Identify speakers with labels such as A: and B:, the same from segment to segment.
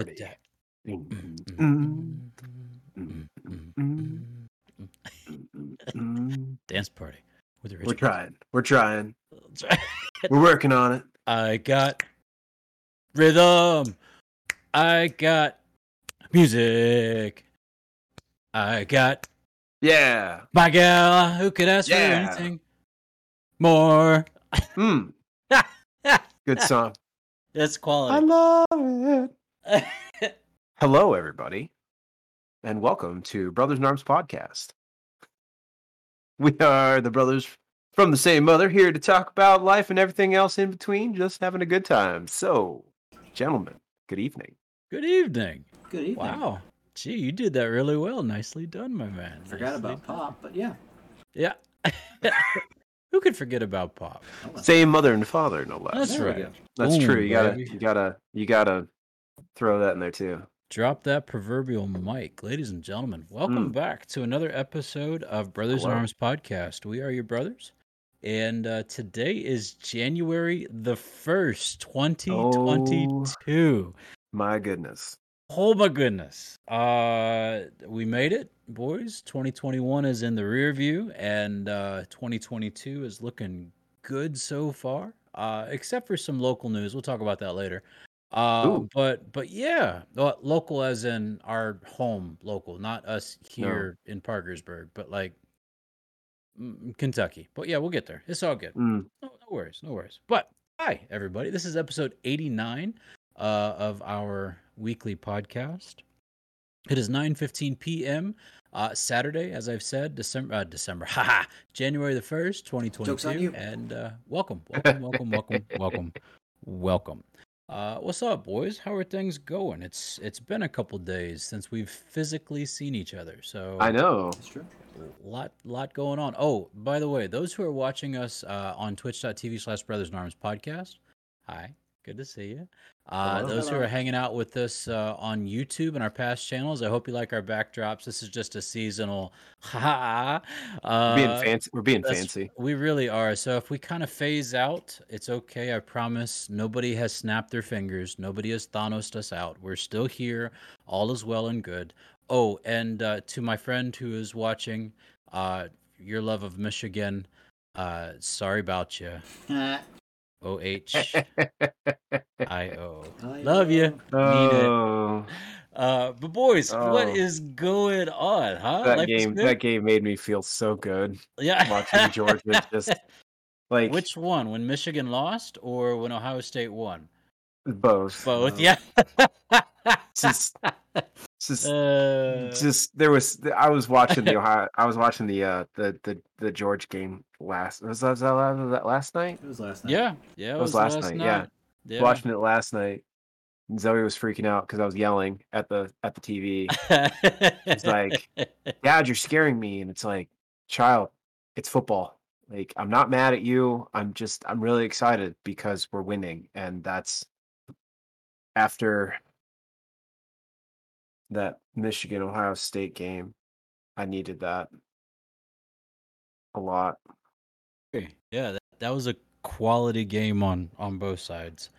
A: Mm-hmm.
B: Mm-hmm. Dance party with the rich.
A: We're
B: kids.
A: Mm-hmm. trying. We're trying. We're working on it.
B: I got rhythm. I got music. I got
A: Yeah.
B: my gal. Who could ask
A: Yeah.
B: for anything more?
A: Hmm. Good song.
B: That's
A: I
B: quality.
A: love it. Hello, everybody, and welcome to Brothers in Arms podcast. We are the brothers from the same mother here to talk about life and everything else in between, just having a good time. So, gentlemen, good evening.
B: Good evening.
C: Good evening.
B: Wow. Gee, you did that really well. Nicely done, my man.
C: Forgot
B: Nicely
C: about
B: done.
C: Pop, but yeah.
B: Yeah. Who could forget about Pop?
C: Hold on.
A: Same mother and father, no less.
B: That's
C: There we
B: right.
C: go.
A: That's
B: Boom,
A: true. You gotta,
B: baby.
A: you gotta, you gotta throw that in there too.
B: Drop that proverbial mic. Ladies and gentlemen, welcome back to another episode of Brothers in
A: Hello.
B: Arms podcast. We are your brothers. And uh, today is January the 1st, 2022.
A: My goodness.
B: Oh, my goodness. Uh, we made it, boys. 2021 is in the rear view, and uh, 2022 is looking good so far, uh, except for some local news. We'll talk about that later. Uh,
A: Ooh.
B: but but yeah, lo- local as in our home local, not us
A: No.
B: here in Parkersburg, but like mm, Kentucky. But yeah, we'll get there. It's all good.
A: Mm.
B: No, no worries, no worries. But hi, everybody. This is episode 89 uh, of our weekly podcast. It is 9:15 p.m. Uh, Saturday, as I've said, December, uh, December, haha, January the first, 2022.
C: Joke's on you.
B: And uh, welcome, welcome, welcome, welcome, welcome, welcome. Uh, what's up, boys? How are things going? It's it's been a couple days since we've physically seen each other. So
A: I know.
C: That's true.
B: lot lot going on oh by the way those who are watching us uh, on twitch.tv slash brothers in arms podcast hi good to see you uh,
A: Hello.
B: those who
C: Hello.
B: are hanging out with us uh, on youtube and our past channels i hope you like our backdrops this is just a seasonal ha
A: We're
B: uh,
A: being fancy. We're being
B: that's-
A: fancy.
B: we really are. So if we kind of phase out, it's okay. I promise. Nobody has snapped their fingers. Nobody has Thanos us out. We're still here. All is well and good. Oh, and uh, to my friend who is watching, uh, your love of Michigan. Uh, sorry about you.
C: Ah,
B: O H I O.
C: I
B: Love you.
A: oh,
C: know.
B: Uh, but boys, what
A: Oh.
B: is going on? Huh?
A: that
B: Life is
A: game.
B: good?
A: That game made me feel so good.
B: yeah.
A: watching Georgia just like
B: Which one? When Michigan lost or when Ohio State won?
A: both.
B: Both,
C: Wow.
B: yeah.
A: Just, just,
B: Uh,
A: just there was. I was watching the Ohio. I was watching the uh the the the George game last. Was that, was that la- was that last night?
C: It was last night.
B: yeah, yeah. It
A: was last night, yeah.
B: Yeah.
A: Watching it last night. and Zoe was freaking out because I was yelling at the at the TV.
B: it's
A: like- Dad, you're scaring me, and it's like, child, it's football. Like I'm not mad at you. I'm just I'm really excited because we're winning, and that's after that Michigan Ohio State game. I needed that a lot.
B: yeah, that, that was a quality game on on both sides.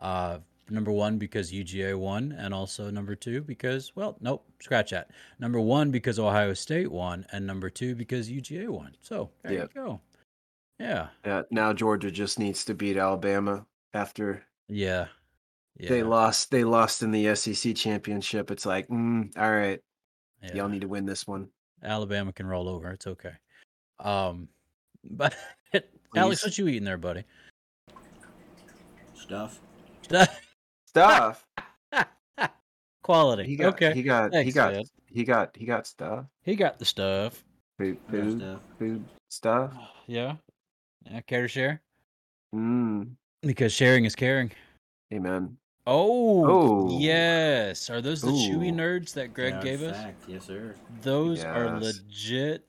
B: Uh, number one because UGA won, and also number two because well, nope, scratch that. Number one because Ohio State won, and number two because UGA won. So there
A: Yep.
B: you go. Yeah,
A: Uh, now Georgia just needs to beat Alabama after
B: yeah, yeah.
A: they lost. They lost in the SEC championship. It's like, mm, all right,
B: yeah.
A: y'all need to win this one.
B: Alabama can roll over. It's okay. Um, but Alex,
A: Please.
B: what you eating there, buddy?
C: Stuff.
A: Stuff.
B: Quality.
A: He got.
B: okay.
A: He got. he
B: Thanks,
A: got.
B: man.
A: He got. He got stuff.
B: He got the stuff.
A: Food,
C: I got
A: food,
C: stuff.
A: food stuff.
B: Yeah. yeah. Care to share?
A: Mm.
B: Because sharing is caring.
A: Amen.
B: Oh,
A: Oh.
B: yes. Are those the chewy
A: Ooh.
B: nerds that Greg
C: They are
B: gave us?
C: fact. Yes, sir.
B: Those are
A: Yes.
B: legit.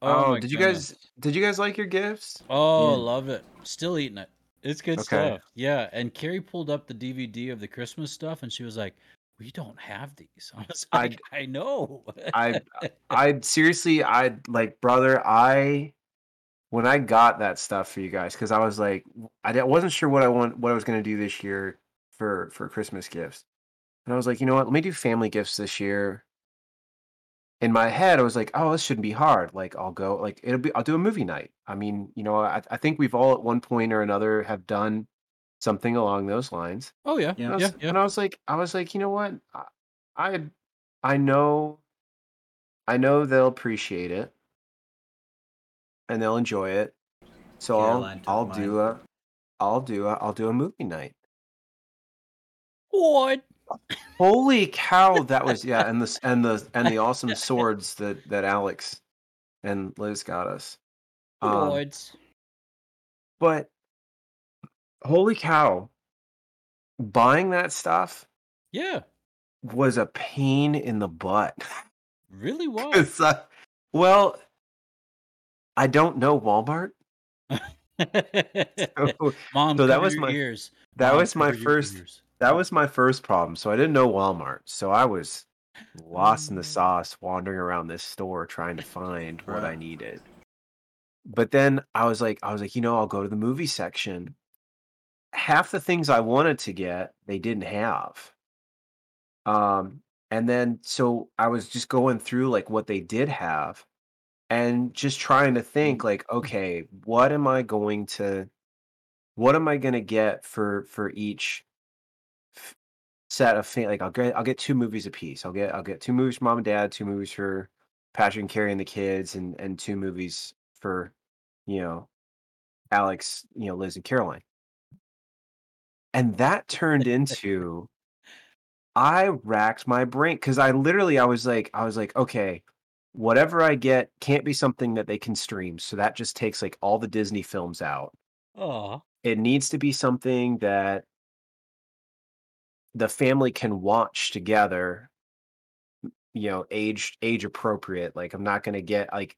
A: Oh,
B: my
A: did you guys-
B: goodness.
A: Did you guys like your gifts?
B: Oh,
C: Yeah.
B: love it. Still eating it. It's good
A: Okay.
B: stuff. Yeah. And Carrie pulled up the DVD of the Christmas stuff and she was like, We don't have these. I was
A: I-
B: like, I, know.
A: I I seriously I like brother I when I got that stuff for you guys because I was like I di- wasn't sure what I want what I was gonna do this year for for Christmas gifts. And I was like, you know what? Let me do family gifts this year. In my head, I was like, oh, this shouldn't be hard. Like, I'll go, like, it'll be, I'll do a movie night. I mean, you know, I, I think we've all at one point or another have done something along those lines.
B: Oh yeah,
A: And I
B: yeah,
A: was,
B: yeah.
A: and I was like, I was like, you know what? I, I, I know, I know they'll appreciate it, and they'll enjoy it. So
C: Caroline took
A: I'll, I'll
C: mine.
A: do a, I'll do a, I'll do a movie night.
B: What?
A: Holy cow! That was yeah, and the and the and the awesome swords that that Alex and Liz got us.
B: Oh,
A: Um,
B: What?
A: but holy cow, buying that stuff
B: Yeah,
A: was a pain in the butt.
B: really was.
A: It's, uh, well, I don't know Walmart. So
B: Mom,
A: so that
B: cover
A: was
B: your
A: my-
B: ears.
A: that
B: Mom,
A: was my
B: cover your
A: first.
B: ears.
A: That was my first problem. So I didn't know Walmart. So I was lost in
B: Mm.
A: the sauce, wandering around this store trying to find what I
C: Bruh.
A: needed. But then I was like, I was like, you know, I'll go to the movie section. Half the things I wanted to get, they didn't have. Um, and then so I was just going through like what they did have and just trying to think like, okay, what am I going to what am I gonna get for for each f- set of fa- like I'll get I'll get two movies a piece. I'll get I'll get two movies for mom and dad, two movies for Patrick and Carrie and the kids, and and two movies for you know Alex, you know Liz and Caroline. And that turned into I racked my brain because I literally I was like I was like okay. Whatever I get can't be something that they can stream. So that just takes like all the Disney films out
B: Oh,
A: it needs to be something that the family can watch together you know age age appropriate like i'm not going to get like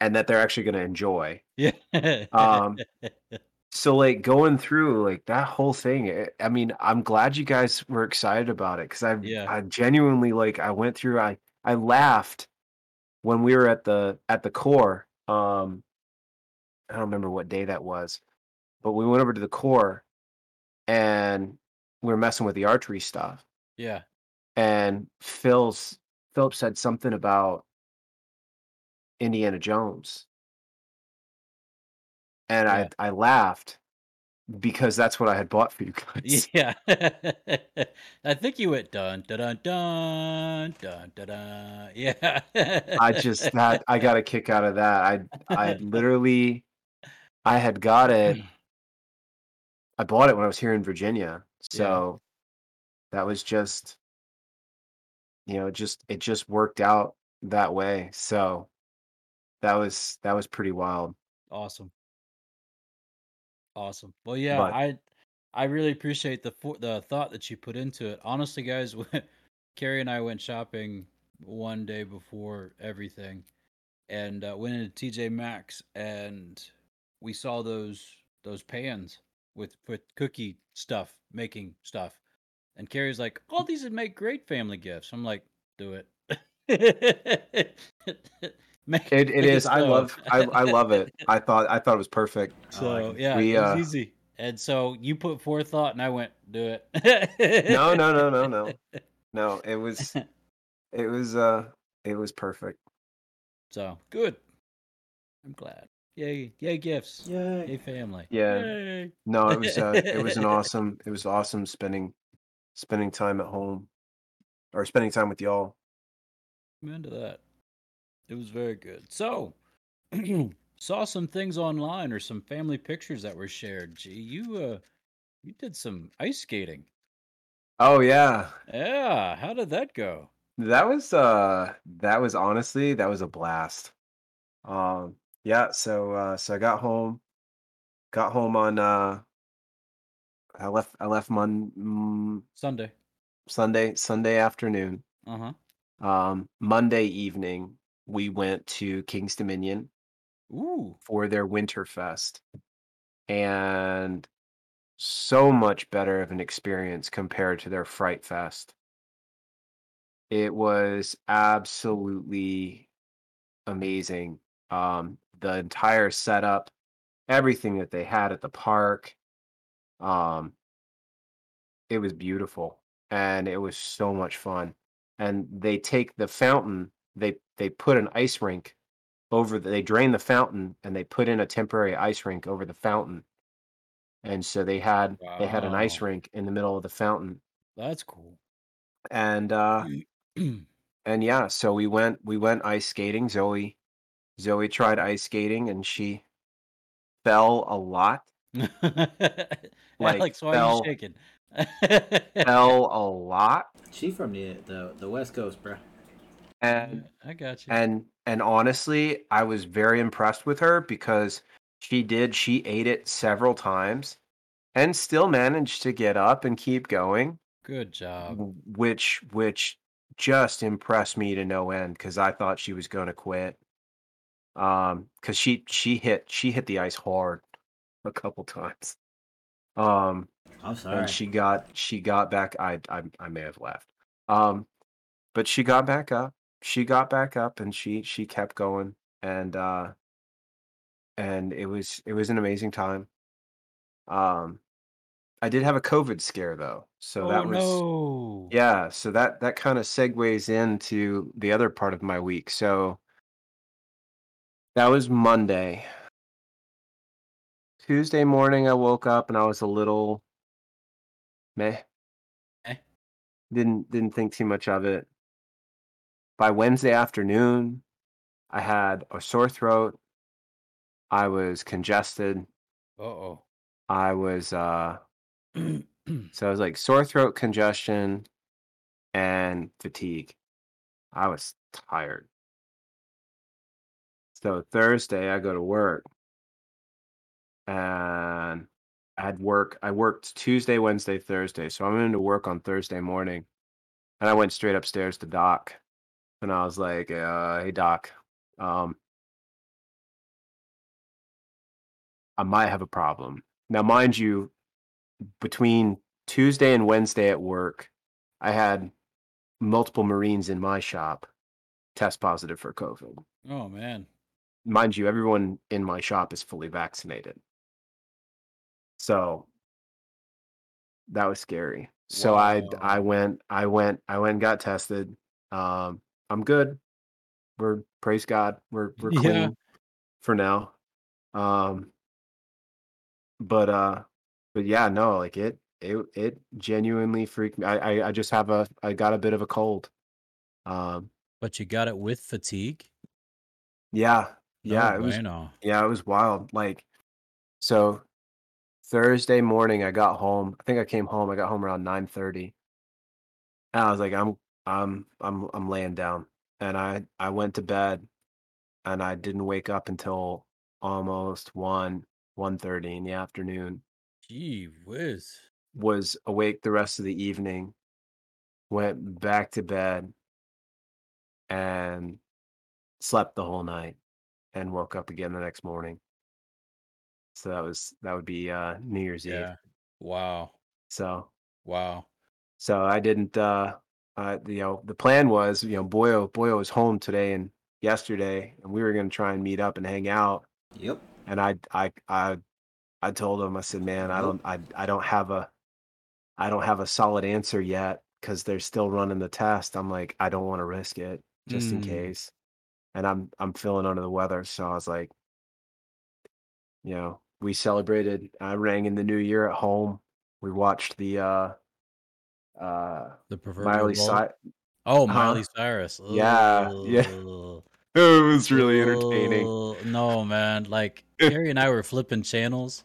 A: and that they're actually going to enjoy
B: yeah.
A: um so like going through like that whole thing it- i mean i'm glad you guys were excited about it because i
B: Yeah.
A: i genuinely like i went through i i laughed when we were at the at the core um i don't remember what day that was but we went over to the core and we were messing with the archery stuff
B: yeah.
A: and phil's philip said something about indiana jones and
B: Yeah.
A: i i laughed because that's what i had bought for you guys
B: Yeah. I think you went dun dun dun dun dun dun. dun. Yeah.
A: i just that i got a kick out of that i i literally i had got it i bought it when i was here in virginia so that was just you know it just it just worked out that way so that was that was pretty wild
B: awesome. Awesome. Well, yeah,
A: But-
B: I I really appreciate the for, the thought that you put into it. Honestly, guys, when, Carrie and I went shopping one day before everything, and uh, went into TJ Maxx, and we saw those those pans with with cookie stuff, making stuff, and Carrie's like,
A: Mm.
B: "All these would make great family gifts." I'm like, "Do it." Make-
A: it,
B: make
A: it is i
B: so.
A: love I, I love it i thought i thought it was perfect
B: So
A: like it.
B: yeah,
A: We,
B: it was
A: uh,
B: easy. And so you put forethought, and I went, "Do it."
A: no no no no no no it was it was uh it was perfect
B: So good. I'm glad. Yay! Yay! Gifts.
A: yeah
B: Yay! Family.
A: Yeah.
B: Yay.
A: no it was uh it was an awesome it was awesome spending spending time at home or spending time with y'all
B: Amen to that. It was very good. So saw some things online or some family pictures that were shared. Gee, you uh, you did some ice skating.
A: oh yeah
B: Yeah. How did that go?
A: that was uh that was honestly that was a blast um yeah so uh so i got home got home on uh i left i left mon mm,
B: Sunday.
A: sunday sunday afternoon
B: Uh huh.
A: um monday evening we went to king's dominion
B: Ooh.
A: for their winterfest and so much better of an experience compared to their fright fest it was absolutely amazing um the entire setup everything that they had at the park um it was beautiful and it was so much fun. And they take the fountain, they they put an ice rink over the, they drain the fountain and they put in a temporary ice rink over the fountain. And so they had they had an ice
B: Wow.
A: rink in the middle of the fountain
B: That's cool.
A: and uh and yeah, so we went we went ice skating. Zoe Zoe tried ice skating and she fell a lot. Like,
B: Alex, why
A: fell-
B: are you shaking?
A: Fell a lot.
C: She from the the, the West Coast, bruh.
A: And
B: I got you.
A: and and honestly, I was very impressed with her because she did she ate it several times and still managed to get up and keep going,
B: Good job.
A: w- which which just impressed me to no end cuz I thought she was going to quit. Um cuz she she hit she hit the ice hard a couple times. Um
B: Oh,
C: I'm sorry.
A: and she got she got back I, I i may have left um but she got back up she got back up and she she kept going and uh and it was it was an amazing time um i did have a covid scare though so
B: oh
A: that was
B: no.
A: yeah so that that kind of segues into the other part of my week so that was monday tuesday morning i woke up and i was a little meh
B: Eh.
A: didn't didn't think too much of it by wednesday afternoon i had a sore throat i was congested
B: Uh oh.
A: i was uh so I was like sore throat, congestion, and fatigue. I was tired. So Thursday I go to work and I had work. I worked Tuesday, Wednesday, Thursday. So I'm into work on Thursday morning. And I went straight upstairs to Doc. And I was like, uh, hey Doc, um, I might have a problem. Now mind you, between Tuesday and Wednesday at work, I had multiple Marines in my shop test positive for COVID.
B: oh man.
A: Mind you, everyone in my shop is fully vaccinated. So that was scary. So I I
B: Wow.
A: went I went I went and got tested. Um I'm good. We're praise God. We're we're
B: Yeah.
A: clean for now. Um but uh but yeah no like it it it genuinely freaked me I, I i just have a i got a bit of a cold um
B: But you got it with fatigue.
A: yeah yeah
B: no
A: it was
B: bueno.
A: yeah it was wild like so thursday morning i got home i think i came home i got home around nine thirty, and i was like i'm i'm i'm i'm laying down and i i went to bed and i didn't wake up until almost 1 one thirty in the afternoon
B: Gee whiz.
A: was awake the rest of the evening, went back to bed, and slept the whole night, and woke up again the next morning. So that was that would be uh, New Year's Eve.
B: Yeah. Wow.
A: So
B: Wow.
A: so I didn't. Uh, uh, you know, the plan was you know Boyo Boyo was home today and yesterday, and we were going to try and meet up and hang out.
C: yep.
A: And I I I I told him I said, man, I
C: Nope.
A: don't I I don't have a I don't have a solid answer yet because they're still running the test. I'm like, I don't want to risk it just in
B: Mm.
A: case. And I'm I'm feeling under the weather. So I was like, you know, we celebrated. I rang in the new year at home. We watched the uh uh
B: The proverbial.
A: Miley
B: ball-
A: Cy-
B: Oh,
A: Huh?
B: Miley Cyrus.
A: Yeah, yeah.
B: Ugh.
A: It was really entertaining.
B: Oh, no, man. Like Carrie and I were flipping channels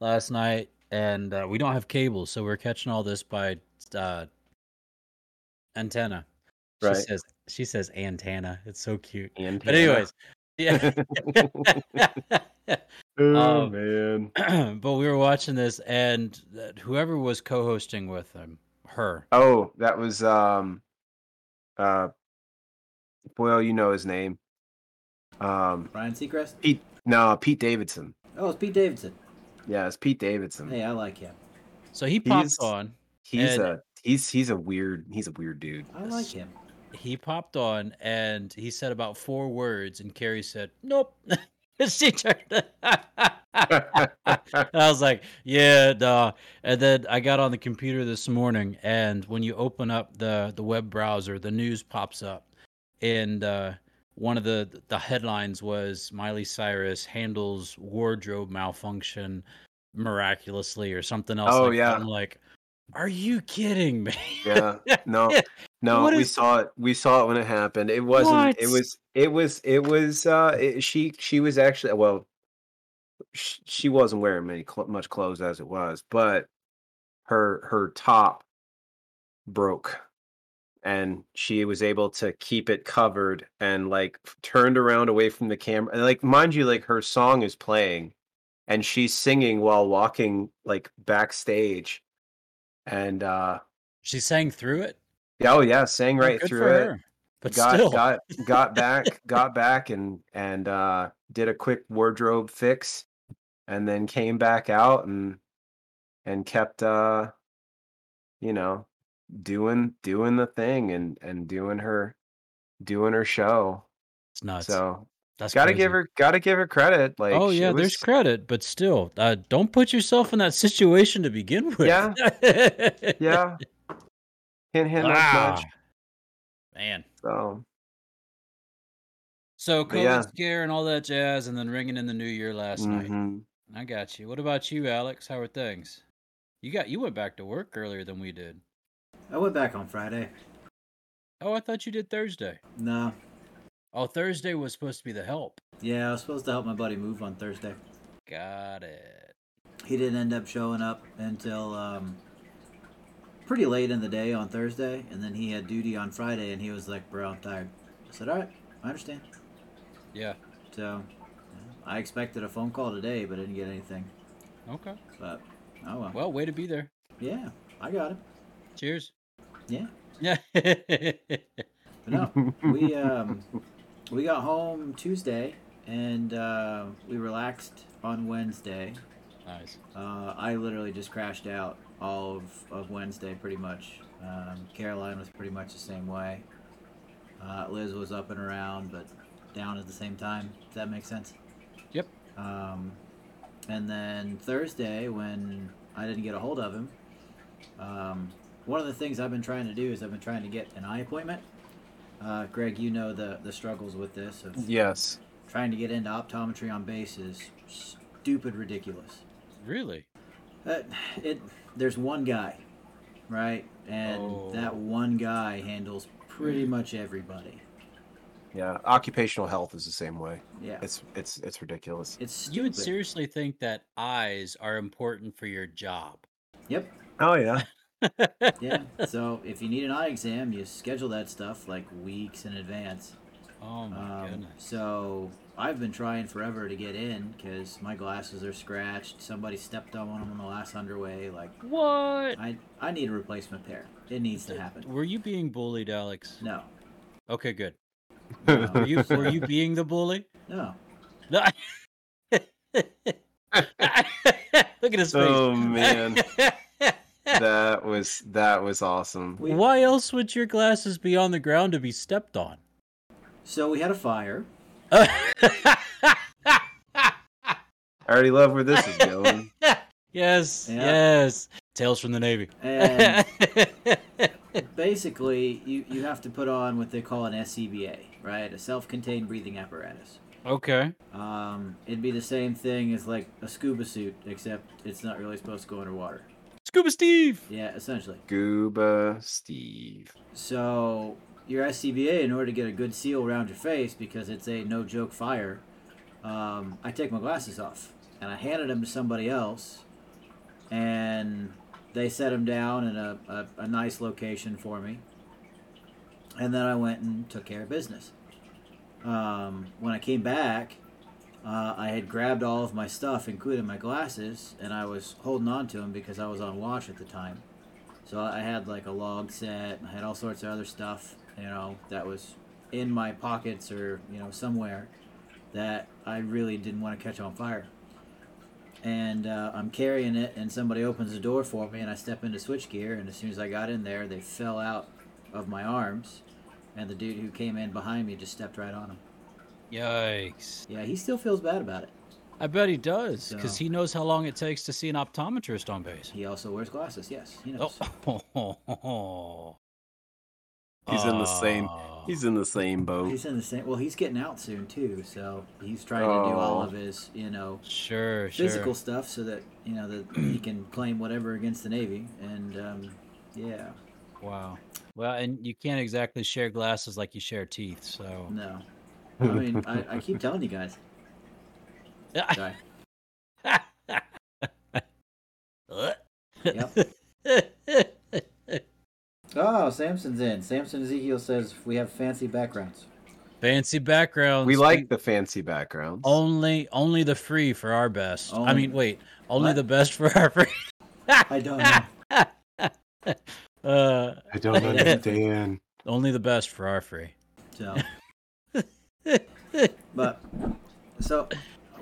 B: last night, and uh, we don't have cable, so we're catching all this by uh, antenna. She
A: Right.
B: says she says antenna. It's so cute.
A: And
B: But
A: Hannah.
B: anyways, yeah.
A: oh
B: um,
A: man.
B: but we were watching this, and that- whoever was co-hosting with him, her.
A: Oh, that was um uh well, you know his name. Um
C: Ryan Seacrest.
A: Pete no, Pete Davidson.
C: Oh, it's Pete Davidson.
A: Yeah, it's Pete
B: Hmm.
A: Davidson.
C: Hey, I like him.
B: So he pops
A: He's-
B: on.
A: He's
B: And-
A: a he's he's a weird he's a weird dude.
C: I like him.
B: he popped on and he said about four words and Carrie said, Nope. she turned I was like, yeah, duh. And then I got on the computer this morning, and when you open up the the web browser, the news pops up, and uh, one of the the headlines was Miley Cyrus handles wardrobe malfunction miraculously, or something else.
A: Oh,
B: like that.
A: yeah.
B: I'm like, are you kidding me?
A: yeah. No. No,
B: What
A: we
B: is-
A: saw it. We saw it when it happened. It wasn't. It
B: What?
A: was. It was. It was. Uh, it, she. She was actually. Well, she, she wasn't wearing many cl- much clothes as it was, but her her top broke, and she was able to keep it covered and like f- turned around away from the camera. And like, mind you, like her song is playing, and she's singing while walking like backstage, and uh,
B: She sang through it.
A: oh yeah, sang
B: Oh,
A: right
B: good
A: through
B: for
A: it
B: her. But
A: got
B: still,
A: got got back got back and and uh did a quick wardrobe fix and then came back out and and kept uh you know doing doing the thing and and doing her doing her show
B: it's nuts.
A: so
B: That's
A: gotta
B: crazy.
A: give her gotta give her credit like
B: oh
A: she
B: yeah, there's
A: was-
B: credit, but still, uh, don't put yourself in that situation to begin with.
A: Yeah. yeah can't handle
B: Wow.
A: much
B: Man.
A: so
B: So
A: But yeah.
B: COVID scare and all that jazz, and then ringing in the new year last night.
A: mhm.
B: I got you. What about you, Alex? How are things? You got you went back to work earlier than we did.
C: I went back on Friday.
B: Oh, I thought you did Thursday.
C: No.
B: Oh, Thursday was supposed to be the help.
C: Yeah, I was supposed to help my buddy move on Thursday.
B: Got it.
C: He didn't end up showing up until um, pretty late in the day on Thursday, and then he had duty on Friday, and he was like, "Bro, I'm tired." I said, "All right, I understand."
B: Yeah.
C: So, yeah, I expected a phone call today, but I didn't get anything.
B: Okay.
C: But oh well.
B: Well, way to be there.
C: Yeah, I got it.
B: Cheers.
C: Yeah.
B: Yeah.
C: But no, we um, we got home Tuesday and uh, we relaxed on Wednesday.
B: nice.
C: Uh, I literally just crashed out all of, of Wednesday pretty much. Um, Caroline was pretty much the same way. Uh, Liz was up and around, but down at the same time. Does that make sense?
B: Yep.
C: Um, and then Thursday, when I didn't get a hold of him, um, one of the things I've been trying to do is I've been trying to get an eye appointment. Uh, Greg, you know the, the struggles with this of
A: yes
C: trying to get into optometry on base is stupid ridiculous.
B: Really?
C: Uh, it there's one guy, right? And that
B: Oh.
C: one guy handles pretty much everybody.
A: yeah occupational health is the same way
C: Yeah,
A: it's it's it's ridiculous
C: it's stupid.
B: You would seriously think that eyes are important for your job.
C: Yep.
A: oh yeah
C: Yeah. so if you need an eye exam, you schedule that stuff like weeks in advance.
B: Oh my
C: Um,
B: goodness.
C: so I've been trying forever to get in because my glasses are scratched. Somebody stepped on one of them on the last underway. Like
B: What?
C: I, I need a replacement pair. It needs to happen.
B: Were you being bullied, Alex?
C: No,
B: Okay, good.
C: No.
B: Were you were you being the bully?
C: no.
B: No. Look at his face.
A: Oh, man. that was that was awesome.
C: We-
B: Why else would your glasses be on the ground to be stepped on?
C: So we had a fire.
A: I already love where this is going.
B: yes,
C: Yeah.
B: yes. Tales from the Navy.
C: And Um, basically, you, you have to put on what they call an SCBA, right? A self contained breathing apparatus.
B: okay.
C: Um, it'd be the same thing as like a scuba suit, except it's not really supposed to go underwater.
B: Scuba Steve.
C: Yeah, essentially.
A: Gooba Steve.
C: So, your SCBA, in order to get a good seal around your face, because it's a no joke fire, um, I take my glasses off and I handed them to somebody else, and they set them down in a, a, a nice location for me. And then I went and took care of business. Um, when I came back, uh, I had grabbed all of my stuff, including my glasses, and I was holding on to them because I was on watch at the time. So I had like a log set, and I had all sorts of other stuff, you know, that was in my pockets or, you know, somewhere that I really didn't want to catch on fire. And uh, I'm carrying it, and somebody opens the door for me, and I step into switchgear, and as soon as I got in there, they fell out of my arms, and the dude who came in behind me just stepped right on them.
B: Yikes.
C: Yeah, he still feels bad about it.
B: I bet he does, because
C: So-
B: he knows how long it takes to see an optometrist on base.
C: He also wears glasses. Yes, he knows.
B: Oh.
D: He's in the same-
B: Ah.
D: He's in the same
A: Oh.
D: boat.
C: He's in the same. Well, he's getting out soon too, so he's trying to do all
A: Oh.
C: of his, you know,
B: sure, sure.
C: physical stuff so that you know that he can claim whatever against the Navy. And um, yeah,
B: Wow. Well, and you can't exactly share glasses like you share teeth, so.
C: no. I mean, I, I keep telling you guys. Sorry. Oh, Samson's in. Samson Ezekiel says we have fancy backgrounds.
B: Fancy backgrounds.
A: we like the fancy backgrounds.
C: Oh.
B: only only the free for our best. I mean,
C: Only-
B: wait, only
C: What?
B: the best for our free.
C: I don't know.
B: Ah! Uh,
A: I don't understand.
B: only the best for our free.
C: So, but so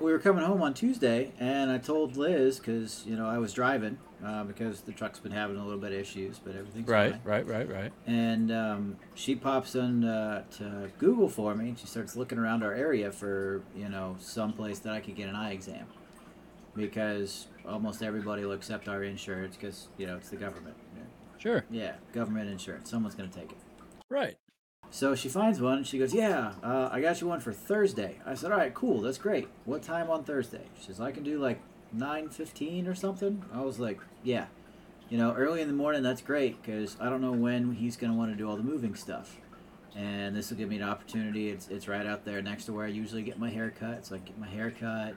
C: we were coming home on Tuesday, and I told Liz because you know I was driving uh, because the truck's been having a little bit of issues, but everything's
B: Right,
C: fine.
B: right, right, right.
C: And um, she pops in uh, to Google for me, and she starts looking around our area for you know someplace that I could get an eye exam because almost everybody will accept our insurance because you know it's the government.
B: Sure,
C: Yeah, government insurance. Someone's gonna take it.
B: right.
C: So she finds one and she goes, Yeah, uh, I got you one for Thursday. I said, All right, cool, that's great. What time on Thursday? She says, I can do like 9.15 or something. I was like, Yeah. You know, early in the morning, that's great because I don't know when he's going to want to do all the moving stuff. And this will give me an opportunity. It's, it's right out there next to where I usually get my hair cut. So I get my hair cut.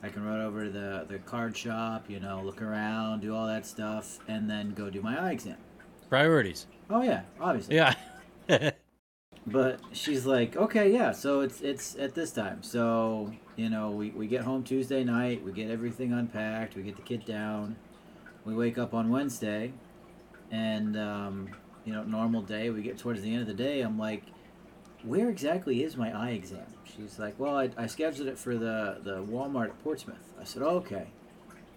C: I can run over to the, the card shop, you know, look around, do all that stuff, and then go do my eye exam.
B: Priorities.
C: Oh, yeah, obviously.
B: Yeah.
C: But she's like, okay, yeah, so it's it's at this time. So, you know, we, we get home Tuesday night, we get everything unpacked, we get the kid down, we wake up on Wednesday, and, um, you know, normal day, we get towards the end of the day, I'm like, where exactly is my eye exam? She's like, well, I, I scheduled it for the, the Walmart at Portsmouth. I said, oh, okay.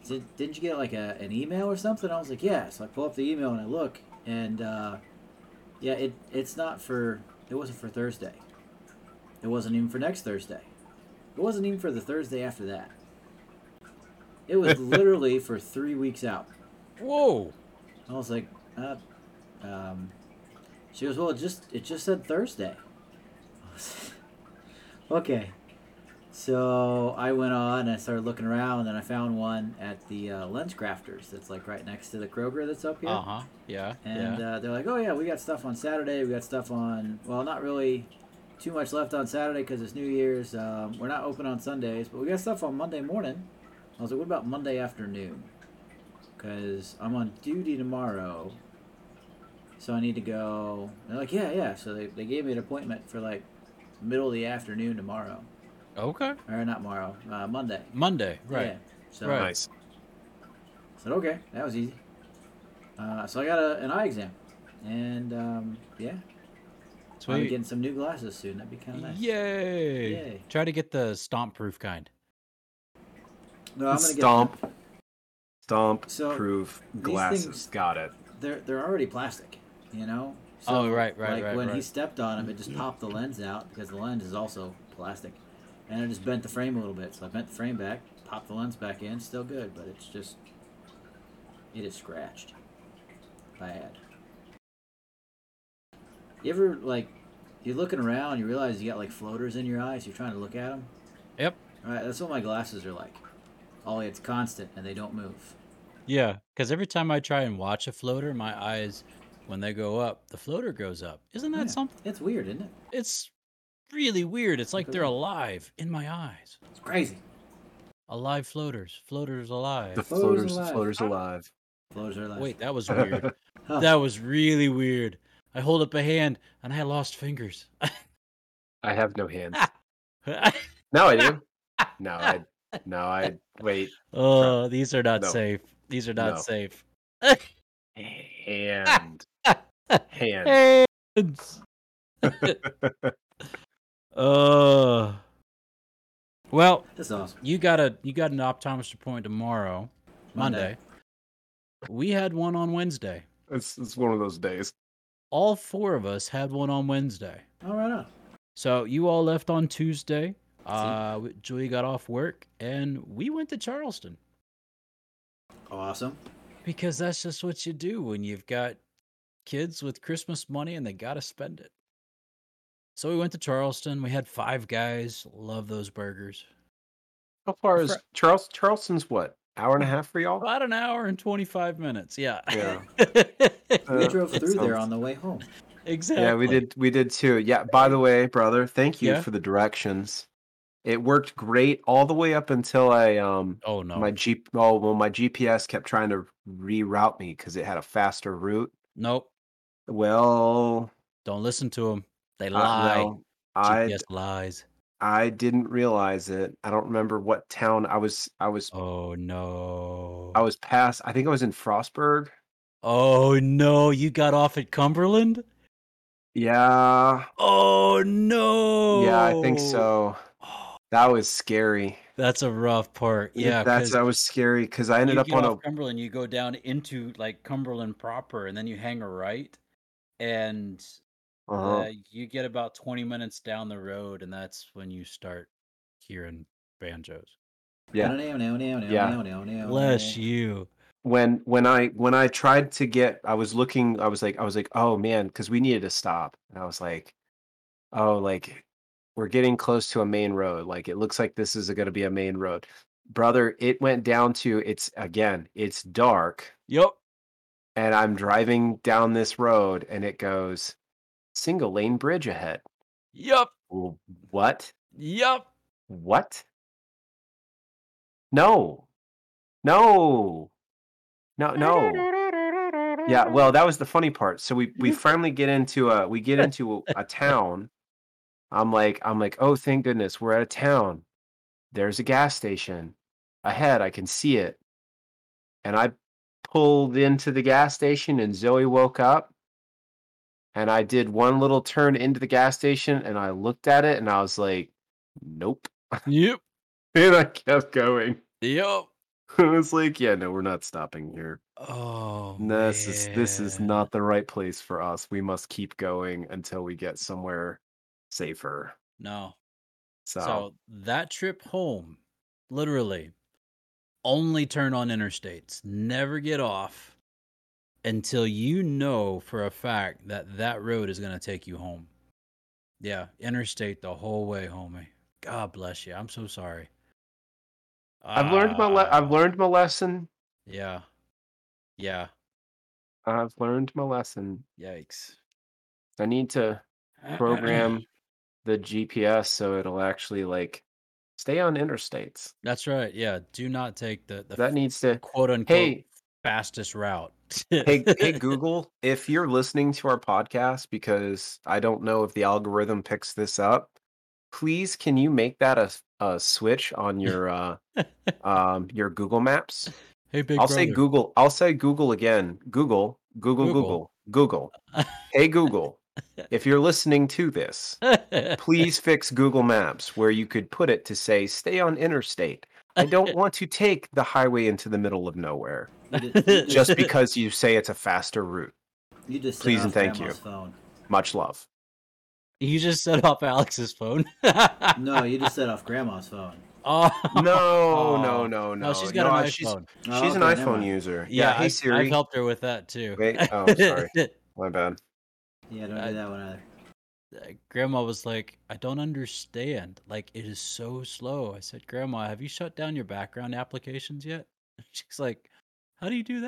C: Did, didn't you get like a, an email or something? I was like, yeah. So I pull up the email and I look, and, uh, yeah, it it's not for it wasn't for Thursday. It wasn't even for next Thursday. It wasn't even for the Thursday after that. It was literally for three weeks out.
B: Whoa.
C: I was like, uh, um, she goes, well, it just it just said Thursday. I was- okay, so I went on and I started looking around and I found one at the uh, Lens Crafters that's like right next to the Kroger that's up here.
B: Uh huh. Yeah.
C: And
B: yeah.
C: uh, they're like, oh, yeah, we got stuff on Saturday. We got stuff on, well, not really too much left on Saturday because it's New Year's. Um, we're not open on Sundays, but we got stuff on Monday morning. I was like, what about Monday afternoon? Because I'm on duty tomorrow. So I need to go. They're like, yeah, yeah. So they, they gave me an appointment for like middle of the afternoon tomorrow.
B: okay.
C: Or not tomorrow, uh, Monday.
B: Monday. Right.
C: uh, Yeah. So
B: Right.
D: Nice.
C: said, okay, that was easy. Uh, so I got a, an eye exam. And um, yeah,
B: So
C: I'm
B: Sweet.
C: getting some new glasses soon. That'd be kind of nice.
B: Yay.
C: Yay.
B: Try to get the stomp proof kind.
C: No, I'm gonna
D: Stomp. Stomp.
C: So,
D: proof.
C: these
D: Glasses.
C: things-
D: Got it.
C: get. They're they're already plastic, you know.
B: Oh, right, right,
C: like
B: right,
C: When he
B: right.
C: stepped on them, it just popped the lens out because the lens is also plastic, and I just bent the frame a little bit. So I bent the frame back, popped the lens back in, still good, but it's just it is scratched. Bad. You ever like you're looking around, you realize you got like floaters in your eyes. You're trying to look at them.
B: Yep.
C: Right, that's what my glasses are like. Only it's constant and they don't move.
B: Yeah, because every time I try and watch a floater, my eyes, when they go up, the floater goes up. Isn't that
C: Yeah.
B: something?
C: It's weird, isn't it?
B: It's really weird. It's like they're
C: Mhm.
B: alive in my eyes.
C: It's crazy.
B: Alive floaters. Floaters
D: The
B: alive.
D: floaters.
C: floaters alive.
D: Floaters alive.
C: Floaters are like
B: Wait, that was weird.
C: Huh.
B: that was really weird. I hold up a hand and I lost fingers.
A: I have no hands. No, I do. No, I. No, I. Wait.
B: oh, these are not
A: No.
B: safe. These are not
A: No.
B: safe.
A: Hand. Hand.
B: hands. uh, well,
C: That's awesome.
B: you got a you got an optometrist appointment tomorrow, Monday.
C: Monday.
B: We had one on Wednesday.
A: It's it's one of those days.
B: All four of us had one on Wednesday.
C: All right on.
B: So you all left on Tuesday. Uh, w- Julie got off work and we went to Charleston
C: Awesome.
B: because that's just what you do when you've got kids with Christmas money and they got to spend it. So we went to Charleston. We had five guys. Love those burgers.
A: How far is Charles Charleston's what? Hour and a half for y'all?
B: About an hour and 25 minutes. Yeah.
D: Yeah.
C: we
D: Uh,
C: drove
D: that
C: through there
D: sounds-
C: on the way home.
B: exactly.
A: Yeah, we did we did too. Yeah, by the way, brother, thank you
B: Yeah.
A: for the directions. It worked great all the way up until I um
B: Oh, no.
A: my G oh well my GPS kept trying to reroute me because it had a faster route.
B: Nope.
A: Well,
B: Don't listen to them. They
A: I-
B: lie.
A: well, Uh, I
B: GPS lies.
A: I didn't realize it. I don't remember what town I was. I was.
B: Oh no.
A: I was past. I think I was in Frostburg.
B: oh no, you got off at Cumberland?
A: Yeah.
B: Oh no.
A: Yeah, I think so.
B: Oh,
A: That was scary.
B: that's a rough part. Yeah,
A: that's
B: 'cause
A: that was scary because I ended
B: you
A: up
B: get
A: on a.
B: off Cumberland, you go down into like Cumberland proper and then you hang a right and
A: uh-huh.
B: uh, you get about 20 minutes down the road and that's when you start hearing banjos.
A: Yeah.
C: Oh,
B: Bless you.
A: When when I when I tried to get, I was looking. I was like, I was like, oh man, because we needed to stop, and I was like, oh like, we're getting close to a main road. Like it looks like this is going to be a main road, brother. It went down to it's again. It's dark.
B: Yup.
A: and I'm driving down this road and it goes single lane bridge ahead.
B: Yup.
A: W- What?
B: Yup.
A: What? No. No. No, no. Yeah, well, that was the funny part. So we we finally get into a we get into a, a town. I'm like I'm like, "Oh, thank goodness, we're at a town. There's a gas station ahead. I can see it." And I pulled into the gas station and Zoe woke up. And I did one little turn into the gas station and I looked at it and I was like, "Nope."
B: Yup.
A: And I kept going.
B: Yup.
A: I was like, yeah, no, we're not stopping here.
B: Oh,
A: This is this is
B: man.
A: not the right place for us. We must keep going until we get somewhere safer.
B: No.
A: So,
B: So. that trip home, literally, only turn on interstates. Never get off until you know for a fact that that road is going to take you home. Yeah, interstate the whole way, homie. God bless you. I'm so sorry.
A: I've learned my le- I've
B: Ah,
A: learned my lesson.
B: Yeah. Yeah.
A: I've learned my lesson.
B: Yikes.
A: I need to program the GPS so it'll actually like stay on interstates.
B: That's right. Yeah. Do not take the, the
A: That needs to
B: quote unquote
A: Hey,
B: fastest route.
A: hey, hey, Google, if you're listening to our podcast, because I don't know if the algorithm picks this up, please can you make that a, a switch on your uh, um, your Google Maps?
B: Hey, big
A: I'll
B: brother.
A: say Google. I'll say Google again. Google, Google,
B: Google.
A: Google, Google. hey, Google, if you're listening to this, please fix Google Maps where you could put it to say stay on interstate. I don't want to take the highway into the middle of nowhere just because you say it's a faster route.
C: You just set
A: Please and
C: off
A: thank
C: grandma's
A: you.
C: Phone.
A: Much love.
B: you just set off Alex's phone.
C: No, you just set off grandma's phone.
B: oh
A: No,
B: Oh.
A: no, no, no.
B: no, she's got
A: no,
B: an
A: I-
B: iPhone.
A: She's,
C: Oh,
A: she's an
C: okay, never
A: iPhone
C: mind.
A: user.
B: yeah,
A: hey
B: I,
A: Siri.
B: I've helped her with that too.
A: Wait, oh, sorry. My bad.
C: Yeah, don't
B: I-
C: do that one either.
B: uh, Grandma was like, "I don't understand. Like, it is so slow." I said, "Grandma, have you shut down your background applications yet?" She's like, "How do you do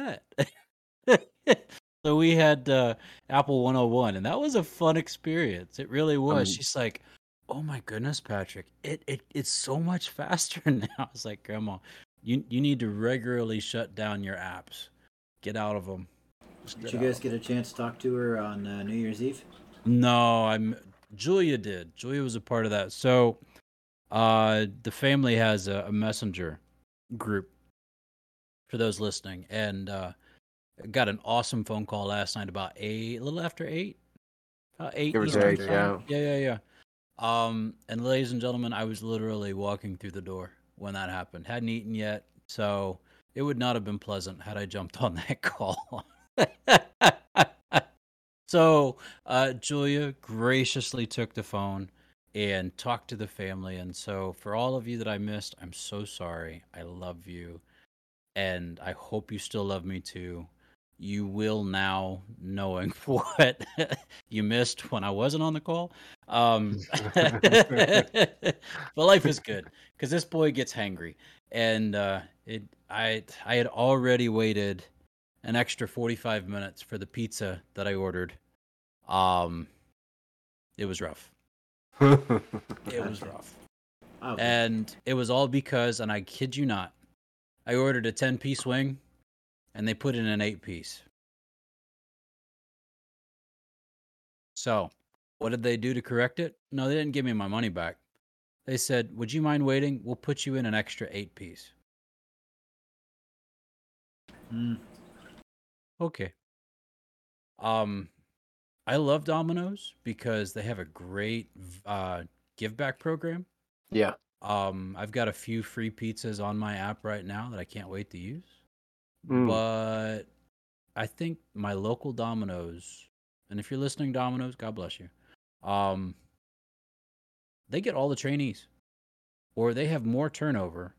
B: that?" so we had uh, Apple 101, and that was a fun experience. It really was.
A: Um,
B: She's like, "Oh my goodness, Patrick, it, it it's so much faster now." I was like, "Grandma, you you need to regularly shut down your apps. Get out of them."
C: Did you guys get a chance to talk to her on uh, New Year's Eve?
B: No, I'm Julia did. Julia was a part of that. So uh the family has a, a messenger group for those listening and uh got an awesome phone call last night about eight a little after eight. About eight.
A: Give or
B: Eastern
A: take,
B: time. yeah, yeah, yeah. Um and ladies and gentlemen, I was literally walking through the door when that happened. Hadn't eaten yet, so it would not have been pleasant had I jumped on that call. so uh, Julia graciously took the phone and talk to the family. And so, for all of you that I missed, I'm so sorry. I love you. And I hope you still love me too. You will now, knowing what you missed when I wasn't on the call. Um, but life is good because this boy gets hangry. And uh, it, I, I had already waited an extra 45 minutes for the pizza that I ordered. Um, it was rough. It was rough.
C: Oh,
B: And it was all because, and I kid you not, I ordered a 10 piece wing and they put in an 8 piece. So, what did they do to correct it? No, they didn't give me my money back. They said, Would you mind waiting? We'll put you in an extra 8 piece.
C: mm,
B: Okay. Um, I love Domino's because they have a great v- uh, give back program.
A: yeah.
B: Um, I've got a few free pizzas on my app right now that I can't wait to use.
A: Mm.
B: But I think my local Domino's, and if you're listening, Domino's, God bless you. Um, they get all the trainees, or they have more turnover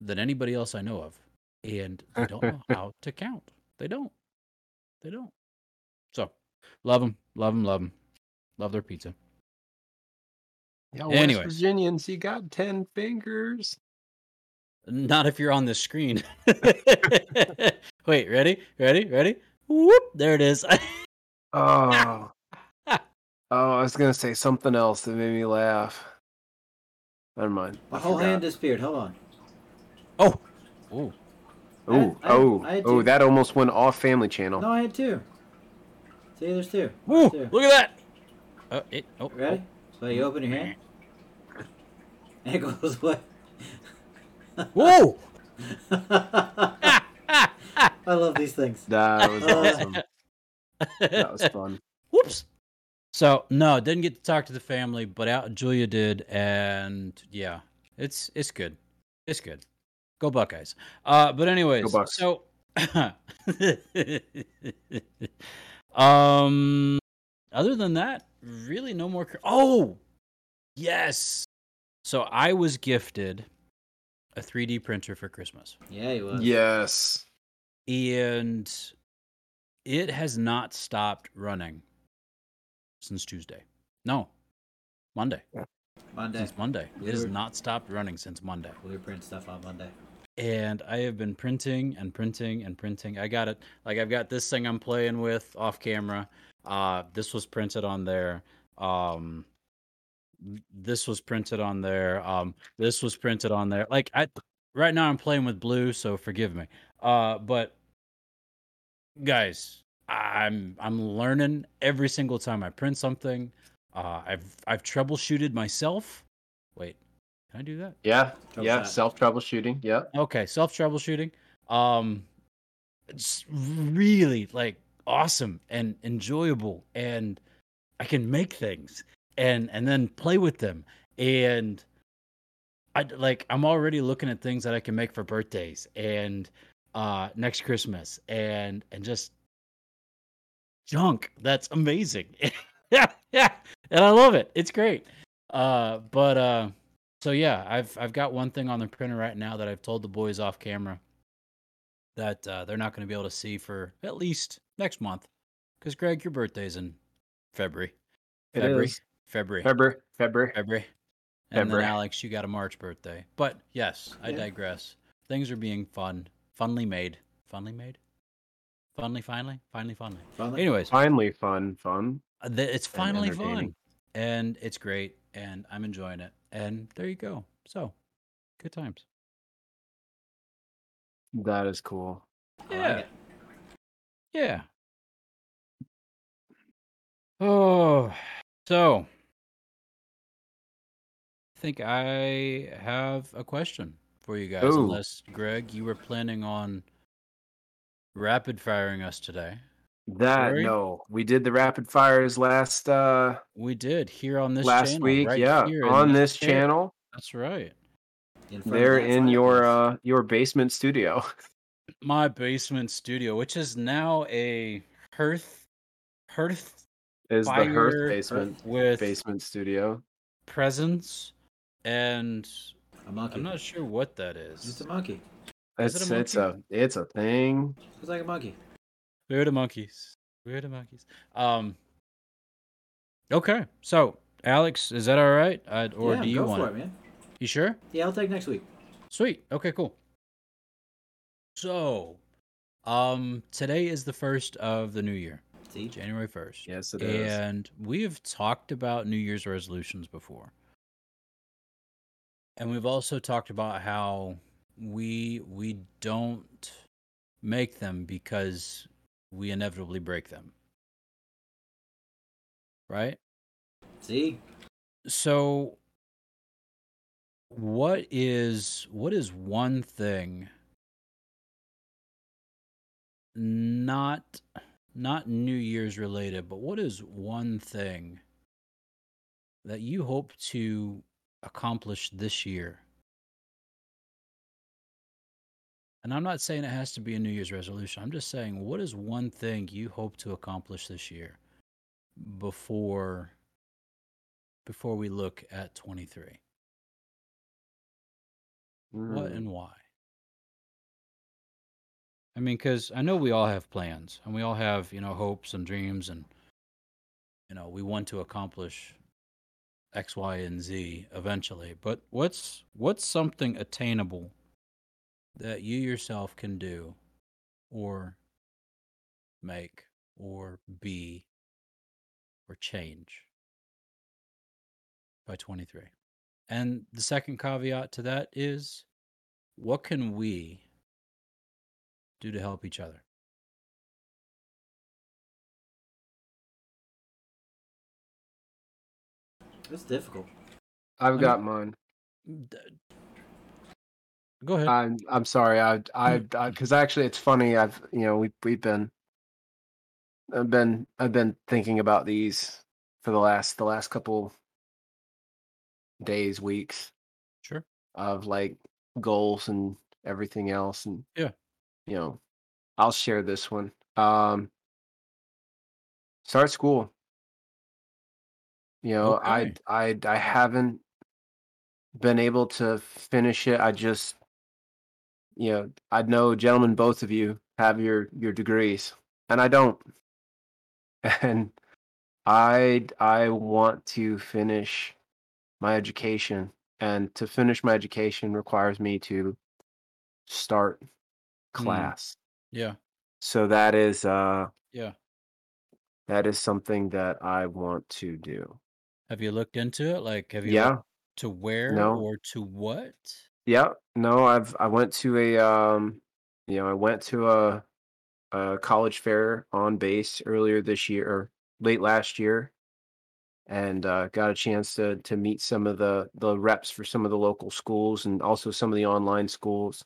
B: than anybody else I know of, and they don't know how to count. They don't. They don't. So, love them, love them, love them, love their pizza.
A: yeah
B: anyways.
A: West Virginians, you got ten fingers.
B: Not if you're on the screen. Wait, ready? Ready? Ready? Whoop! There it is.
A: Oh. oh, I was gonna say something else that made me laugh. Never mind.
C: my
A: I
C: whole
A: forgot.
C: hand disappeared. Hold on.
B: oh. Ooh.
C: I had-
A: Oh,
C: I had-
A: oh,
C: I had
A: oh!
C: two.
A: That almost went off Family Channel.
C: No, I had two. See, there's two.
B: Ooh,
C: Two.
B: look at that. Uh, it, oh,
C: Ready? So you open your hand.
A: Mm-hmm.
C: And it goes away.
B: oh. Whoa!
C: I
B: Ah, ah, ah.
C: love these things.
A: That was
C: Uh.
A: awesome. that was fun.
B: Whoops. So no, didn't get to talk to the family, but out Julia did, and yeah, it's it's good, it's good. Go Buckeyes. Uh, but anyways,
A: Bucks.
B: so um, other than that, really no more. cr- Oh, yes. So I was gifted a 3D printer for Christmas
C: Yeah, he was.
A: Yes.
B: and it has not stopped running since Tuesday. No, Monday.
C: Monday.
B: Since Monday, it has
C: Weird.
B: not stopped running since Monday.
C: We print stuff on Monday.
B: And I have been printing and printing and printing. I got it. Like I've got this thing I'm playing with off camera. Uh, this was printed on there. Um, th- this was printed on there. Um, this was printed on there. Like I, right now I'm playing with blue, so forgive me. Uh, but guys, I'm I'm learning every single time I print something. Uh, I've I've troubleshooted myself. Wait, can I do that?
A: Yeah.
C: Trouble
A: yeah.
C: shot.
A: Self troubleshooting. Yeah.
B: Okay, self troubleshooting. Um, it's really like awesome and enjoyable, and I can make things and and then play with them. And I d- like I'm already looking at things that I can make for birthdays and uh next Christmas and and just junk. That's amazing. yeah, yeah, and I love it. It's great. Uh, but uh. So yeah, I've I've got one thing on the printer right now that I've told the boys off camera that uh, they're not going to be able to see for at least next month, because Greg, your birthday's in February,
A: It
B: February,
A: is.
B: February,
A: February. February.
B: February, and then
A: February.
B: Alex, you got a March birthday. But yes, I
C: Yeah.
B: digress. Things are being fun, funly made, funly made, funly, finally, finally, finally.
C: Finally.
B: Anyways,
A: Finally, fun. Fun.
B: uh, th- it's finally fun
A: entertaining.
B: and it's great and i'm enjoying it and there you go so good times
A: That is cool.
C: I
B: yeah
C: like it.
B: yeah oh so i think i have a question for you guys
A: Ooh.
B: unless greg you were planning on rapid firing us today
A: That
B: Sorry?
A: no, we did the rapid fires last uh
B: we did here on this
A: last
B: channel,
A: week.
B: right
A: yeah,
B: here in
A: on this
B: chair.
A: channel.
B: that's right
C: In front of
A: They're
C: that
A: in your
C: fireplace.
A: uh your basement studio.
B: my basement studio, which is now a hearth, hearth
A: Is the
B: Fire-
A: Hearth basement
B: with
A: basement studio?
B: presence, and
C: A monkey.
B: I'm not sure what that
C: It's
B: is.
C: a monkey.
B: Is it
A: It's
B: a
A: it's a it's a thing.
C: It's like a monkey.
B: We're the monkeys. We're the monkeys. Um. Okay, so Alex, is that all right? I, or
C: yeah,
B: do you
C: go
B: want
C: for
B: it?
C: it, man.
B: You sure?
C: Yeah, I'll take next week.
B: Sweet. Okay, cool. So, um, today is the first of the new year,
C: See,
B: January first.
A: Yes, it is.
B: and we have talked about New Year's resolutions before. And we've also talked about how we we don't make them because we inevitably break them. Right?
C: see,
B: So what is what is one thing not not New Year's related, but what is one thing that you hope to accomplish this year? And I'm not saying it has to be a New Year's resolution. I'm just saying, what is one thing you hope to accomplish this year before before we look at 23? What
A: Mm.
B: and why? I mean, because I know we all have plans and we all have, you know, hopes and dreams and, you know, we want to accomplish X, Y, and Z eventually. But what's what's something attainable that you yourself can do or make or be or change by 23? And the second caveat to that is what can we do to help each other?
C: it's difficult.
A: I've
B: I'm-
A: got mine. Mm,
B: D- Go ahead.
A: I'm I'm sorry. I I because actually it's funny. I've you know we we've been I've been I've been thinking about these for the last the last couple days weeks
B: sure.
A: of like goals and everything else and
B: Yeah.
A: you know I'll share this one. Um, start school. You know I
B: Okay.
A: I I haven't been able to finish it. I just you know, I know, gentlemen, both of you have your your degrees, and I don't. And I I want to finish my education, and to finish my education requires me to start
B: Mm.
A: class.
B: Yeah.
A: So that is uh
B: Yeah.
A: that is something that I want to do.
B: Have you looked into it? Like, have you
A: Yeah.
B: looked to where
A: No.
B: or to what?
A: Yeah, no, I've I went to a um you know, I went to a a college fair on base earlier this year or late last year and uh got a chance to to meet some of the the reps for some of the local schools and also some of the online schools.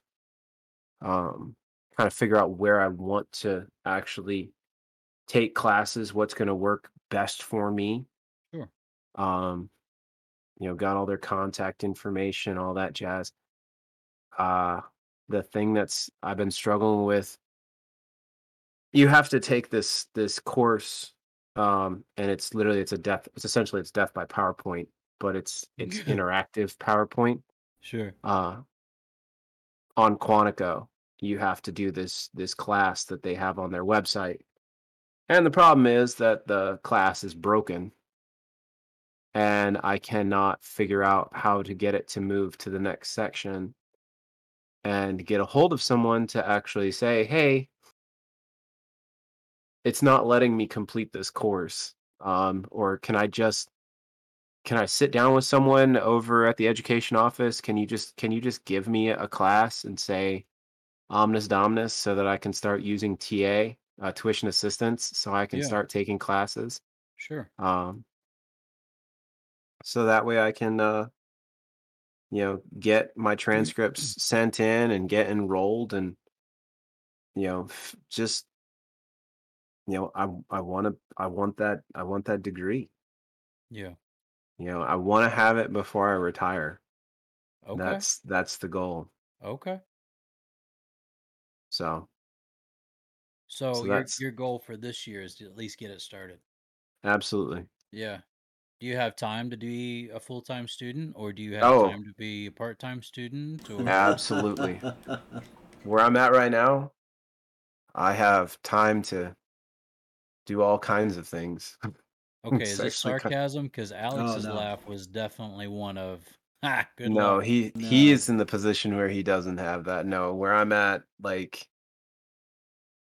A: Um kind of figure out where I want to actually take classes, what's going to work best for me.
B: Sure.
A: Um you know, got all their contact information, all that jazz uh the thing that's I've been struggling with you have to take this this course um and it's literally it's a death it's essentially it's death by PowerPoint but it's it's interactive PowerPoint
B: Sure.
A: uh on Quantico you have to do this this class that they have on their website and the problem is that the class is broken and I cannot figure out how to get it to move to the next section and get a hold of someone to actually say, hey, it's not letting me complete this course. Um, or can I just can I sit down with someone over at the education office? Can you just can you just give me a class and say omnis dominus so that I can start using TA, uh, tuition assistance, so I can
B: Yeah.
A: start taking classes
B: Sure.
A: um so that way i can uh you know get my transcripts sent in and get enrolled and you know f- just you know i i want to i want that i want that degree
B: Yeah.
A: you know i want to have it before i retire
B: Okay.
A: that's that's the goal
B: okay.
A: so
B: So, your
A: that's-
B: your goal for this year is to at least get it started.
A: absolutely
B: Yeah. Do you have time to be a full time student, or do you have
A: Oh.
B: time to be a part time student? Or
A: Absolutely. Where I'm at right now, I have time to do all kinds of things.
B: okay,
A: It's
B: is this
A: actually kind-
B: sarcasm? Because Alex's
C: no.
B: laugh was definitely one of ha, good
A: no,
B: luck."
A: he he
C: No.
A: is in the position where he doesn't have that. No, where I'm at, like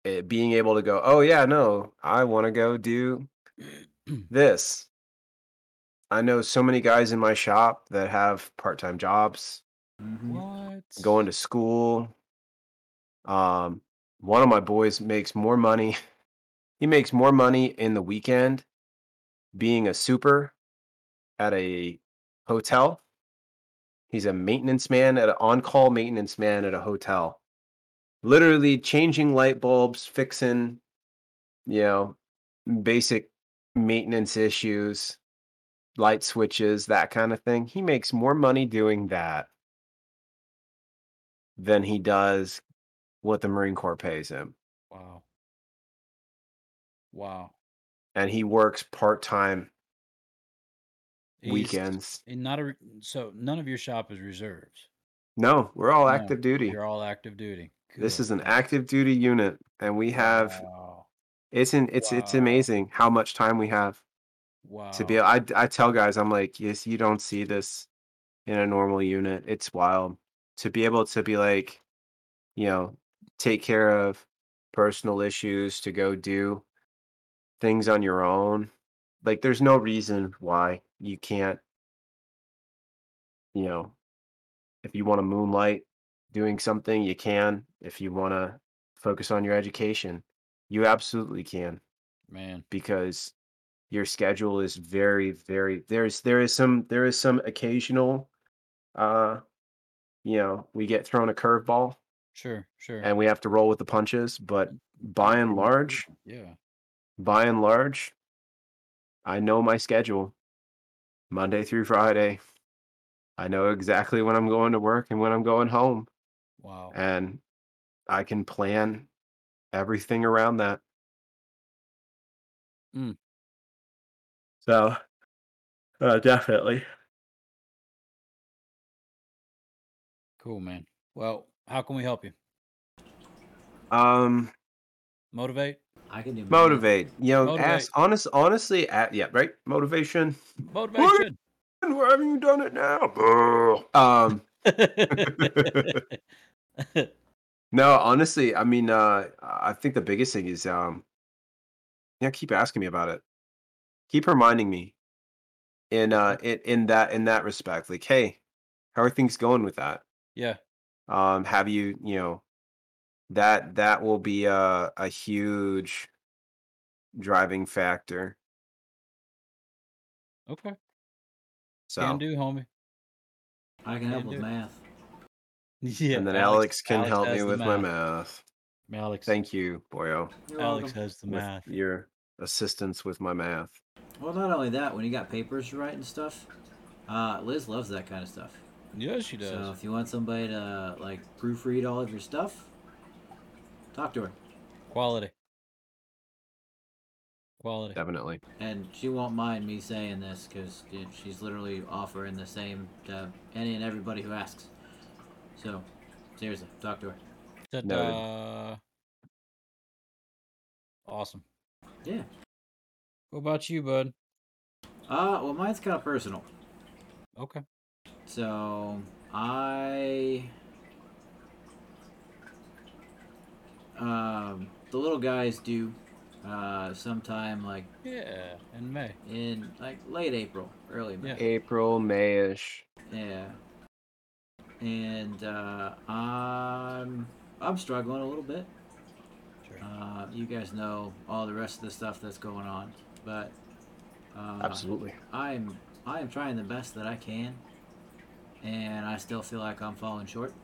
A: it, being able to go, oh yeah, no, I want to go do this. I know so many guys in my shop that have part-time jobs,
C: Mhm.
B: What?
A: going to school. Um, one of my boys makes more money. He makes more money in the weekend being a super at a hotel. He's a maintenance man at an on-call maintenance man at a hotel. Literally changing light bulbs, fixing, you know, basic maintenance issues, light switches, that kind of thing. He makes more money doing that than he does what the Marine Corps pays him.
B: Wow. Wow.
A: And he works part time
B: He's-
A: weekends.
B: and not a re- so none of your shop is reserved.
A: No, we're all
B: No,
A: active duty.
B: You're all active duty.
A: This
B: Good
A: is an active duty unit, and we have
B: Wow.
A: it's in it's it's
B: Wow.
A: amazing how much time we have
B: wow.
A: to be. I I tell guys, I'm like, yes, you don't see this in a normal unit. It's wild to be able to be like, you know, take care of personal issues, to go do things on your own. Like, there's no reason why you can't, you know, if you want to moonlight doing something, you can. If you want to focus on your education, you absolutely can
B: man.
A: because your schedule is very very there's there is some there is some occasional uh you know we get thrown a curveball
B: Sure, sure.
A: and we have to roll with the punches but by and large
B: yeah.
A: by and large i know my schedule monday through friday i know exactly when i'm going to work and when i'm going home
B: Wow.
A: and i can plan everything around that
B: Mm.
A: so uh, definitely
B: Cool, man. Well, how can we help you?
A: um
B: Motivate?
C: I can do math.
A: motivate you know
B: Mm-hmm. Motivate.
A: ask honest honestly at, yeah right motivation
B: Motivation.
A: And where have you done it now Ugh. um no honestly i mean uh i think the biggest thing is um yeah keep asking me about it keep reminding me in uh
B: Mm.
A: in, in that in that respect like hey how are things going with that
B: yeah.
A: um have you you know that that will be a, a huge driving factor
B: Okay.
A: so
B: Can do, homie.
C: I can help
B: Yeah,
C: with
B: do it.
C: math.
B: Yeah.
A: and then alex, can help
B: has
A: me
B: the
A: with my
B: math.
A: math
B: Alex.
A: thank you boyo
C: You're
B: Alex
C: welcome.
B: has the
A: with
B: math.
A: your assistance with my math
C: Well, not only that, when you got papers to write and stuff, uh, Liz loves that kind of stuff.
B: Yeah, she does.
C: So if you want somebody to like proofread all of your stuff, talk to her,
B: Quality. Quality.
A: definitely
C: and she won't mind me saying this because she's literally offering the same to any and everybody who asks. So seriously, talk to her.
B: That,
A: Noted.
B: uh, awesome.
C: Yeah.
B: What about you, bud?
C: Uh, well, mine's kind of personal.
B: Okay.
C: So I um the little guys do uh sometime like
B: Yeah, in May.
C: in like late April, early May.
B: Yeah.
A: april mayish
C: Yeah. And uh I'm I'm struggling a little bit.
B: Sure.
C: Uh you guys know all the rest of the stuff that's going on, but uh
A: absolutely
C: I'm I am trying the best that I can, and I still feel like I'm falling short.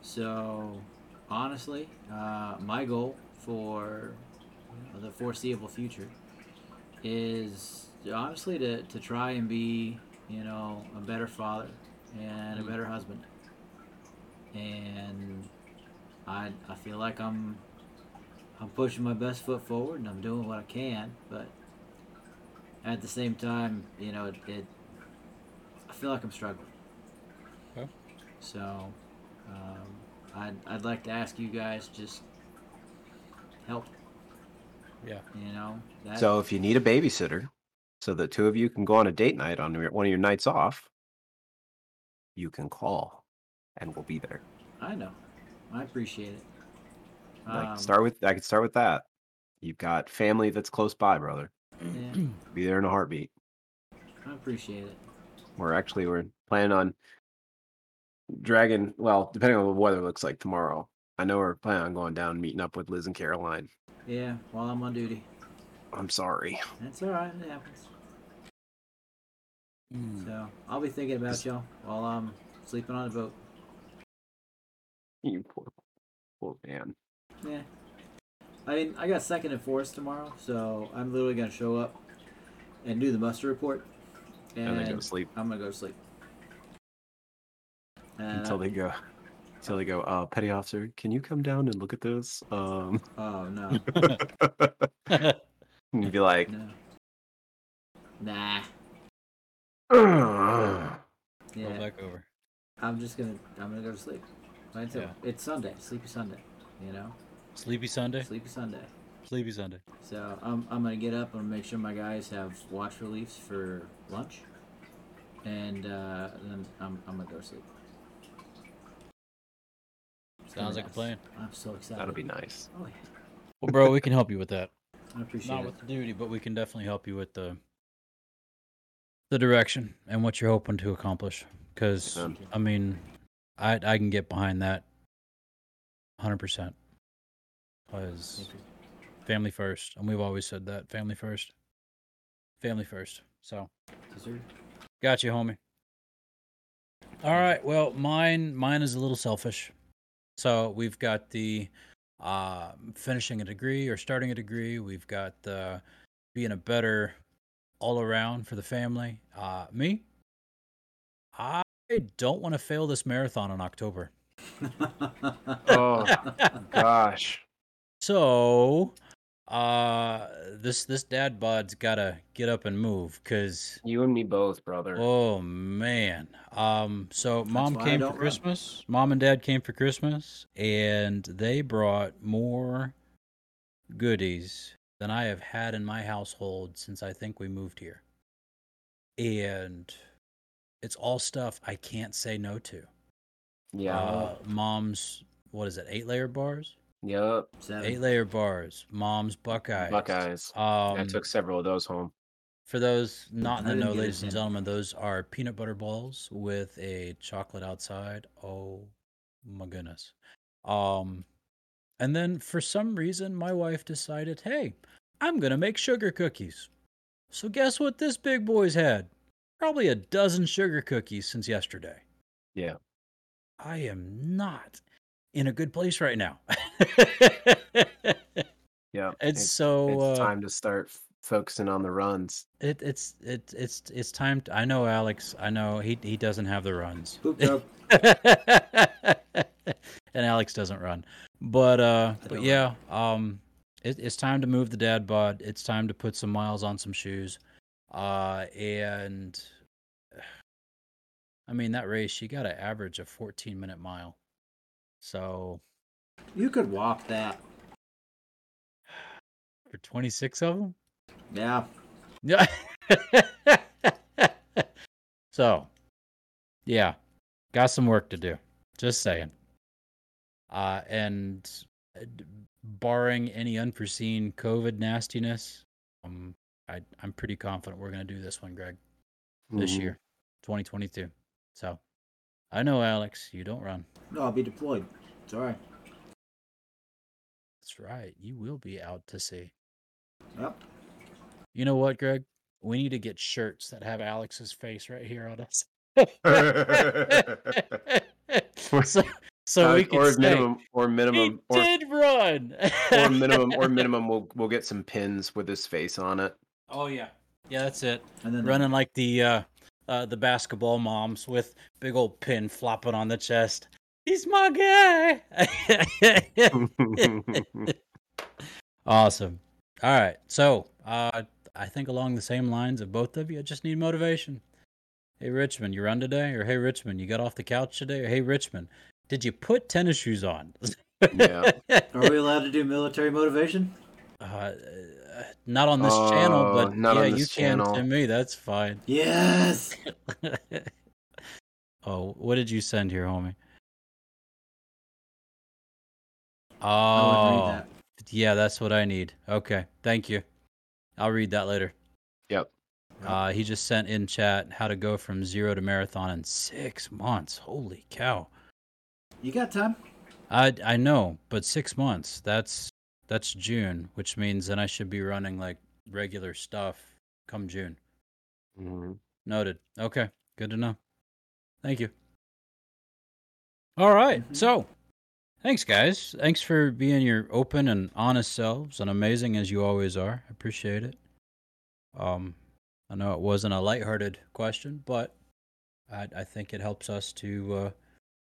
C: So, honestly, uh, my goal for the foreseeable future is honestly to, to try and be you know a better father and a better husband, and I I feel like I'm I'm pushing my best foot forward and I'm doing what I can, but At the same time, you know, it, it I feel like I'm struggling.
B: Okay.
C: So, um, I'd, I'd like to ask you guys just help.
B: Yeah.
C: You know, that,
A: So if you need a babysitter, so the two of you can go on a date night on your, one of your nights off, you can call, and we'll be there.
C: I know. I appreciate it.
A: Like
C: Um,
A: start with I could start with that. You've got family that's close by, brother.
C: Yeah,
A: Be there in a heartbeat.
C: I appreciate it.
A: We're actually we're planning on dragging. Well, depending on what the weather looks like tomorrow, I know we're planning on going down and meeting up with Liz and Caroline.
C: Yeah, while I'm on duty.
A: I'm sorry.
C: That's all right. It happens.
A: Hmm.
B: Mm.
C: So I'll be thinking about y'all while I'm sleeping on the boat.
A: You poor, poor man.
C: Yeah. I mean, I got second and fourth tomorrow, so I'm literally gonna show up and do the muster report, and,
A: And then go to sleep
C: I'm gonna go to sleep. And
A: until
C: I-
A: they go. Until they go. Uh, petty officer, can you come down and look at this? Um,
C: oh no,
A: and you'd be like,
C: no, nah,
A: "Ugh."
B: Roll
C: yeah.
B: back over.
C: I'm just gonna, I'm gonna go to sleep. Like I said, It's Sunday, sleepy Sunday, you know,
B: Sleepy Sunday.
C: sleepy Sunday.
B: Sleepy Sunday.
C: So I'm, I'm gonna get up and make sure my guys have watch reliefs for lunch, and uh, then I'm, I'm gonna go to sleep. It's gonna
B: Sounds
C: be
B: like a
C: nice.
B: plan.
C: I'm so excited.
A: that'll be nice.
C: Oh yeah,
B: Well, bro, we can help you with that.
C: I appreciate
B: Not
C: it.
B: with the duty, but we can definitely help you with the the direction and what you're hoping to accomplish. Because
A: Um,
B: I mean, I I can get behind that, hundred percent. Because
C: Thank you.
B: family first, and we've always said that family first, family first. So
C: Yes, sir.
B: got you, homie. All right. Well, mine mine is a little selfish. So we've got the uh, finishing a degree or starting a degree. We've got the being a better all around for the family. Uh, me, I don't want to fail this marathon in October.
A: Oh gosh.
B: so uh, this this dad bod's gotta get up and move because
A: You and me both, brother.
B: Oh man. Um so mom
C: why I
B: came for
C: don't run.
B: Christmas. Mom and dad came for Christmas and they brought more goodies than I have had in my household since I think we moved here. And it's all stuff I can't say no to.
A: yeah.
B: Uh, mom's what is it? 8 layer bars?
A: yep.
C: Seven.
B: 8 layer bars. Mom's Buckeyes.
A: Buckeyes.
B: Um
A: I took several of those home.
B: For those not in
C: I
B: the
C: didn't
B: know,
C: get a
B: ladies and
C: hint.
B: gentlemen, those are peanut butter balls with a chocolate outside. Oh my goodness. Um and then for some reason my wife decided, "Hey, I'm going to make sugar cookies." So guess what this big boy's had? Probably a dozen sugar cookies since yesterday.
A: Yeah.
B: I am not in a good place right now.
A: Yeah.
B: and so
A: it's
B: uh,
A: time to start f- focusing on the runs.
B: it, it's it, it's it's time. To, I know Alex. I know he he doesn't have the runs,
C: Poop joke.
B: and Alex doesn't run. But uh,
C: I
B: but
C: don't
B: yeah, um, it, it's time to move the dad bod. It's time to put some miles on some shoes. Uh, and I mean that race, you got to average a 14 minute mile. So
C: You could walk that.
B: for 26 of them,
C: Yeah.
B: Yeah. so, yeah, got some work to do. Just saying. Uh, and uh, d- barring any unforeseen COVID nastiness, um, I, I'm pretty confident we're going to do this one, Greg, this
A: Mhm.
B: year, 2022. So, I know, Alex, you don't run.
C: No, I'll be deployed. It's all right.
B: That's right. You will be out to sea.
C: Yep.
B: You know what, Greg? We need to get shirts that have Alex's face right here on us. so, so
A: Uh,
B: we can
A: or
B: say,
A: minimum or
B: he
A: minimum or,
B: did run.
A: or minimum or minimum we'll we'll get some pins with his face on it.
B: oh yeah, yeah, that's it.
C: And then
B: Running like the uh, uh, the basketball moms with big old pin flopping on the chest. He's my guy. awesome. All right, so uh, I think along the same lines of both of you. I just need motivation. Hey Richmond, you run today? Or hey Richmond, you got off the couch today? Or hey Richmond, did you put tennis shoes on?
A: Yeah.
C: Are we allowed to do military motivation?
B: Uh, not on this channel,
E: Oh,
B: but
E: not
B: yeah,
E: on
B: you
E: this channel.
B: can to me. That's fine.
C: Yes.
B: oh, what did you send here, homie?
C: I would read
B: Oh,
C: that.
B: yeah, that's what I need. Okay, thank you. I'll read that later.
E: Yep.
B: Uh, he just sent in chat how to go from zero to marathon in six months. Holy cow!
C: You got time?
B: I I know, but six months. That's that's June, which means then I should be running like regular stuff come June.
A: Mm-hmm.
E: Mhm.
B: Noted. Okay. Good to know. Thank you. Mm-hmm. All right,
C: Mhm.
B: So, thanks, guys. Thanks for being your open and honest selves and amazing as you always are. I appreciate it. Um, I know it wasn't a lighthearted question, but I, I think it helps us to uh,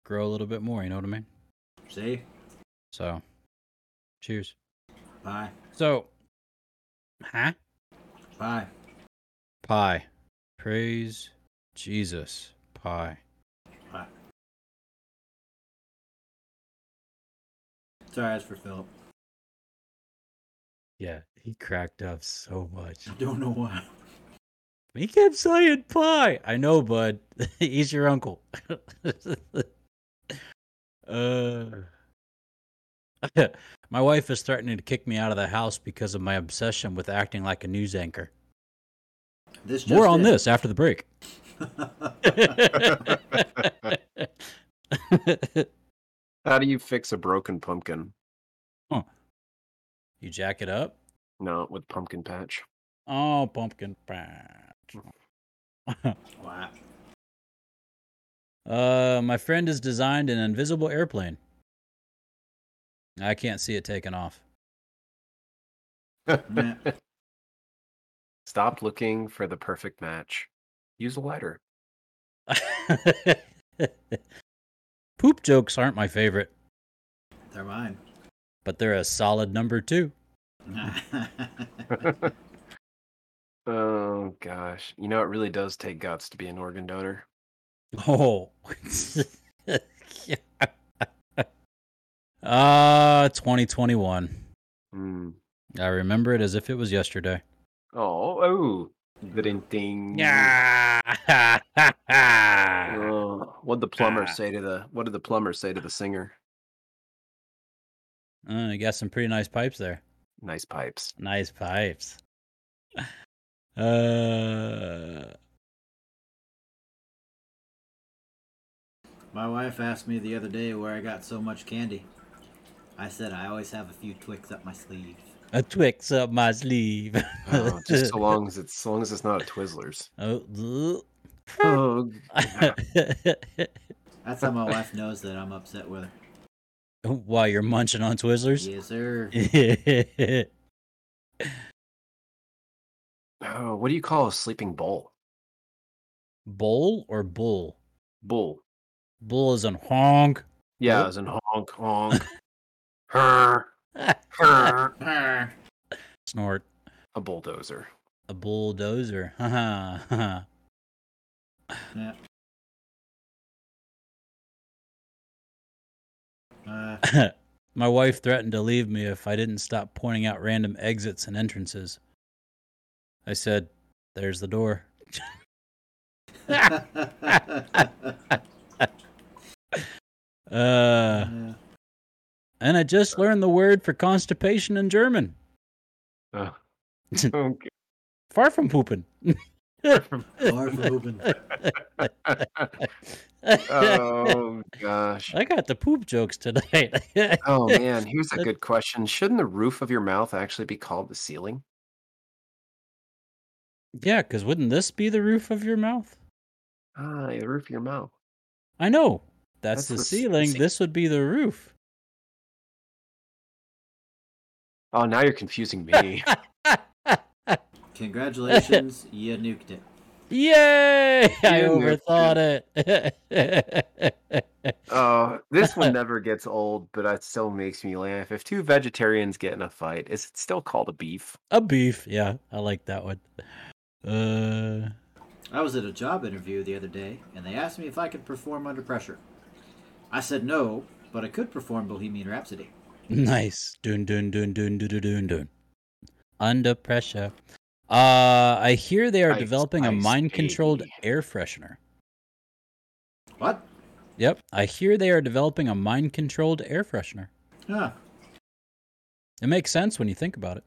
B: grow a little bit more. You know what I mean?
C: See?
B: So, cheers.
C: Bye.
B: So, huh?
C: Bye.
B: Pie. Praise Jesus. Pie.
C: Bye. Sorry, that's for Philip.
B: Yeah, he cracked up so much.
C: Don't know why.
B: He kept saying pie. I know, bud. He's your uncle. uh, my wife is threatening to kick me out of the house because of my obsession with acting like a news anchor.
C: This just
B: More on
C: in.
B: this after the break.
A: How do you fix a broken pumpkin?
B: you jack it up.
A: No, with pumpkin patch.
B: Oh, pumpkin patch.
C: wow.
B: Uh, my friend has designed an invisible airplane. I can't see it taking off.
C: Nah.
A: Stop looking for the perfect match. Use a lighter.
B: Poop jokes aren't my favorite,
C: They're mine.
B: but they're a solid number two.
A: Oh gosh. You know it really does take guts to be an organ donor.
B: Oh. Ah, 2021.
A: Mm.
B: I remember it as if it was yesterday. Uh,
A: Oh, oh. Ding ding.
B: Yeah.
A: Oh, what'd the plumber
B: Ah.
A: say to the what did the plumber say to the singer?
B: Uh, you got some pretty nice pipes there.
A: Nice pipes.
B: Nice pipes. Uh,
C: My wife asked me the other day where I got so much candy. I said I always have a few Twix up my sleeve.
B: a Twix up my sleeve.
A: Oh, just so long as it's so long as it's not a Twizzlers.
B: Oh,
A: Oh g-
C: That's how my wife knows that I'm upset with her.
B: While you're munching on Twizzlers.
C: Yes, sir.
A: oh, what do you call a sleeping bull?
B: Bowl or bull?
A: Bull.
B: Bull is an honk.
A: Yeah,
B: Nope.
A: as in honk honk. Her, her.
B: Ah, Snort.
A: A bulldozer.
B: A bulldozer. Haha, haha.
C: Yeah. Uh,
B: My wife threatened to leave me if I didn't stop pointing out random exits and entrances. I said, There's the door. Uh,
C: yeah.
B: and I just learned the word for constipation in German.
A: Uh, okay.
B: Far from pooping.
C: Far from open.
A: Oh gosh.
B: I got the poop jokes tonight.
A: Oh man, here's a
B: That-
A: good question. Shouldn't the roof of your mouth actually be called the ceiling?
B: yeah, because wouldn't this be the roof of your mouth?
A: Ah, the roof of your mouth.
B: I know. That's,
A: That's
B: the,
A: the s- the
B: ceiling.
A: ceil-
B: This would be the roof.
A: Oh, now you're confusing me.
C: Congratulations, you nuked it.
B: Yay! I overthought
A: it. Oh, this one never gets old, but it still makes me laugh. If two vegetarians get in a fight, is it still called a beef?
B: A beef, yeah. I like that one. Uh,
C: I was at a job interview the other day, and they asked me if I could perform under pressure. I said no, but I could perform Bohemian Rhapsody.
B: Nice. Dun dun dun dun dun dun dun dun. Under pressure. Uh, I hear they are
A: Ice,
B: developing a
A: ice,
B: mind-controlled
A: baby.
B: air freshener.
C: What?
B: Yep, I hear they are developing a mind-controlled air freshener.
C: Huh.
B: It makes sense when you think about it.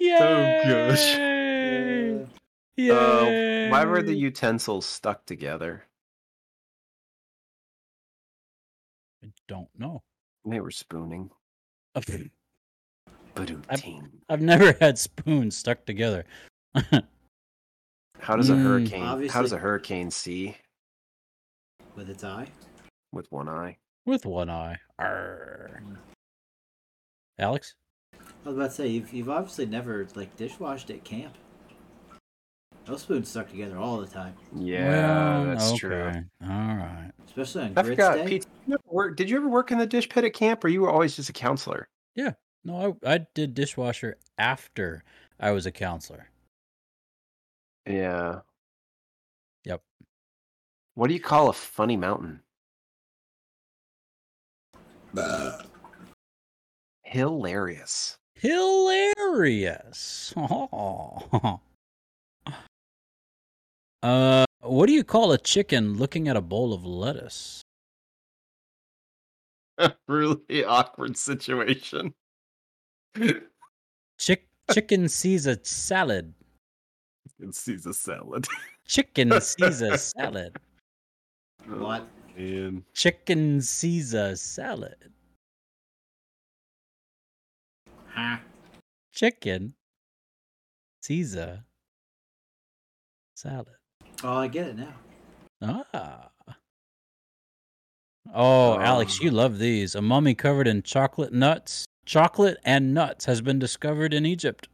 A: gosh.
B: Yay!
A: Uh, why were the
B: Yay!
A: utensils stuck together?
B: I don't know.
A: They were spooning. Ba-doom-ting.
B: I've never had spoons stuck together.
A: How does a
B: Mm.
A: hurricane? How does
C: Obviously-
A: a hurricane see
C: With its eye?
A: with one eye?
B: with one eye. Arr. Alex?
C: I was about to say, you've, you've obviously never, like, dishwashed at camp. Those spoons stuck together all the time.
A: Yeah, that's true.
B: okay. All right.
C: Especially on
A: I
C: grits
A: forgot.
C: day.
A: Pete, did you ever work- did you ever work in the dish pit at camp, or you were always just a counselor?
B: No, I, I did dishwasher after I was a counselor.
A: Yeah.
B: Yep.
A: What do you call a funny mountain? Hilarious.
B: Hilarious. Oh. uh, what do you call a chicken looking at a bowl of lettuce?
A: really awkward situation. it
B: Chick chicken sees a salad.
A: sees a salad.
B: Chicken sees a salad.
C: What?
A: And
B: Chicken sees a salad.
C: Huh?
B: Chicken sees a salad.
C: Oh, I get it now.
B: Ah. Oh, Alex,
A: Um.
B: you love these. A mummy covered in chocolate nuts, chocolate and nuts has been discovered in Egypt.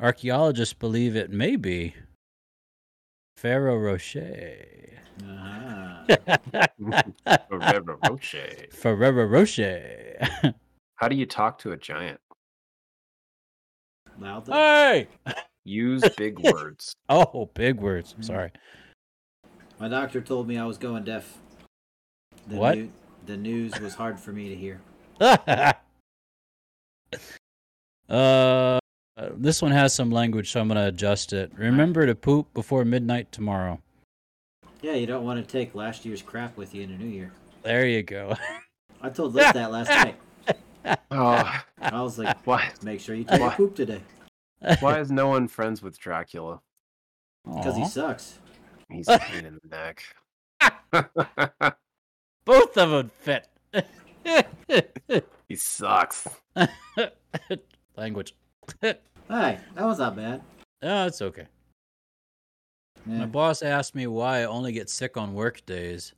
B: Archaeologists believe it may be Pharaoh Rocher.
C: Ah.
B: Ferrero Rocher.
A: How do you talk to a giant?
C: Loud though.
B: hey!
A: Use big words.
B: Oh, big words. I'm
C: Mm.
B: sorry.
C: My doctor told me I was going deaf. The
B: What?
C: new- the news was hard for me to hear.
B: uh, this one has some language, so I'm gonna adjust it. Remember to poop before midnight tomorrow.
C: Yeah, you don't want to take last year's crap with you in the new year.
B: There you go.
C: I told Liz that last night.
A: Oh,
C: I was like,
A: why?
C: make sure you take a
A: Why?
C: poop today.
A: Why is no one friends with Dracula?
C: Because he
B: Aw.
C: sucks.
A: He's a pain in the neck.
B: both of them fit.
A: he sucks.
B: language.
C: Hey, that was not bad.
B: No, it's okay. My
C: Yeah.
B: boss asked me why I only get sick on work days.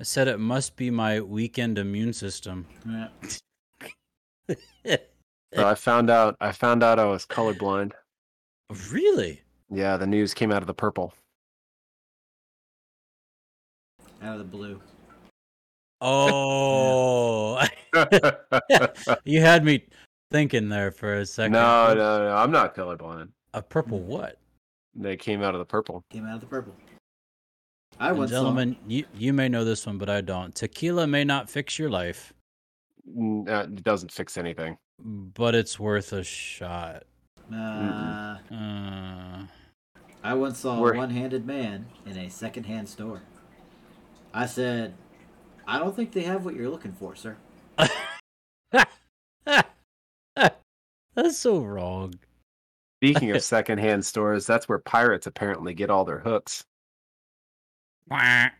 B: I said it must be my weekend immune system.
C: yeah.
A: So I found out. I found out I was colorblind.
B: Really?
A: Yeah, the news came out of the purple.
C: Out of the blue.
B: Oh,
A: no,
B: you had me thinking there for a second.
A: no, no. I'm not colorblind.
B: A purple what?
A: They came out of the purple.
C: Came out of the purple. I
B: And
C: once saw-
B: gentlemen, you, you may know this one, but I don't. Tequila may not fix your life,
A: N- uh, It doesn't fix anything.
B: but it's worth a shot.
C: Uh,
B: Uh,
C: I once saw
A: We're-
C: a one-handed man in a second-hand store. I said, I don't think they have what you're looking for, sir.
B: that's so wrong.
A: Speaking of secondhand stores, that's where pirates apparently get all their hooks.
B: Yeah,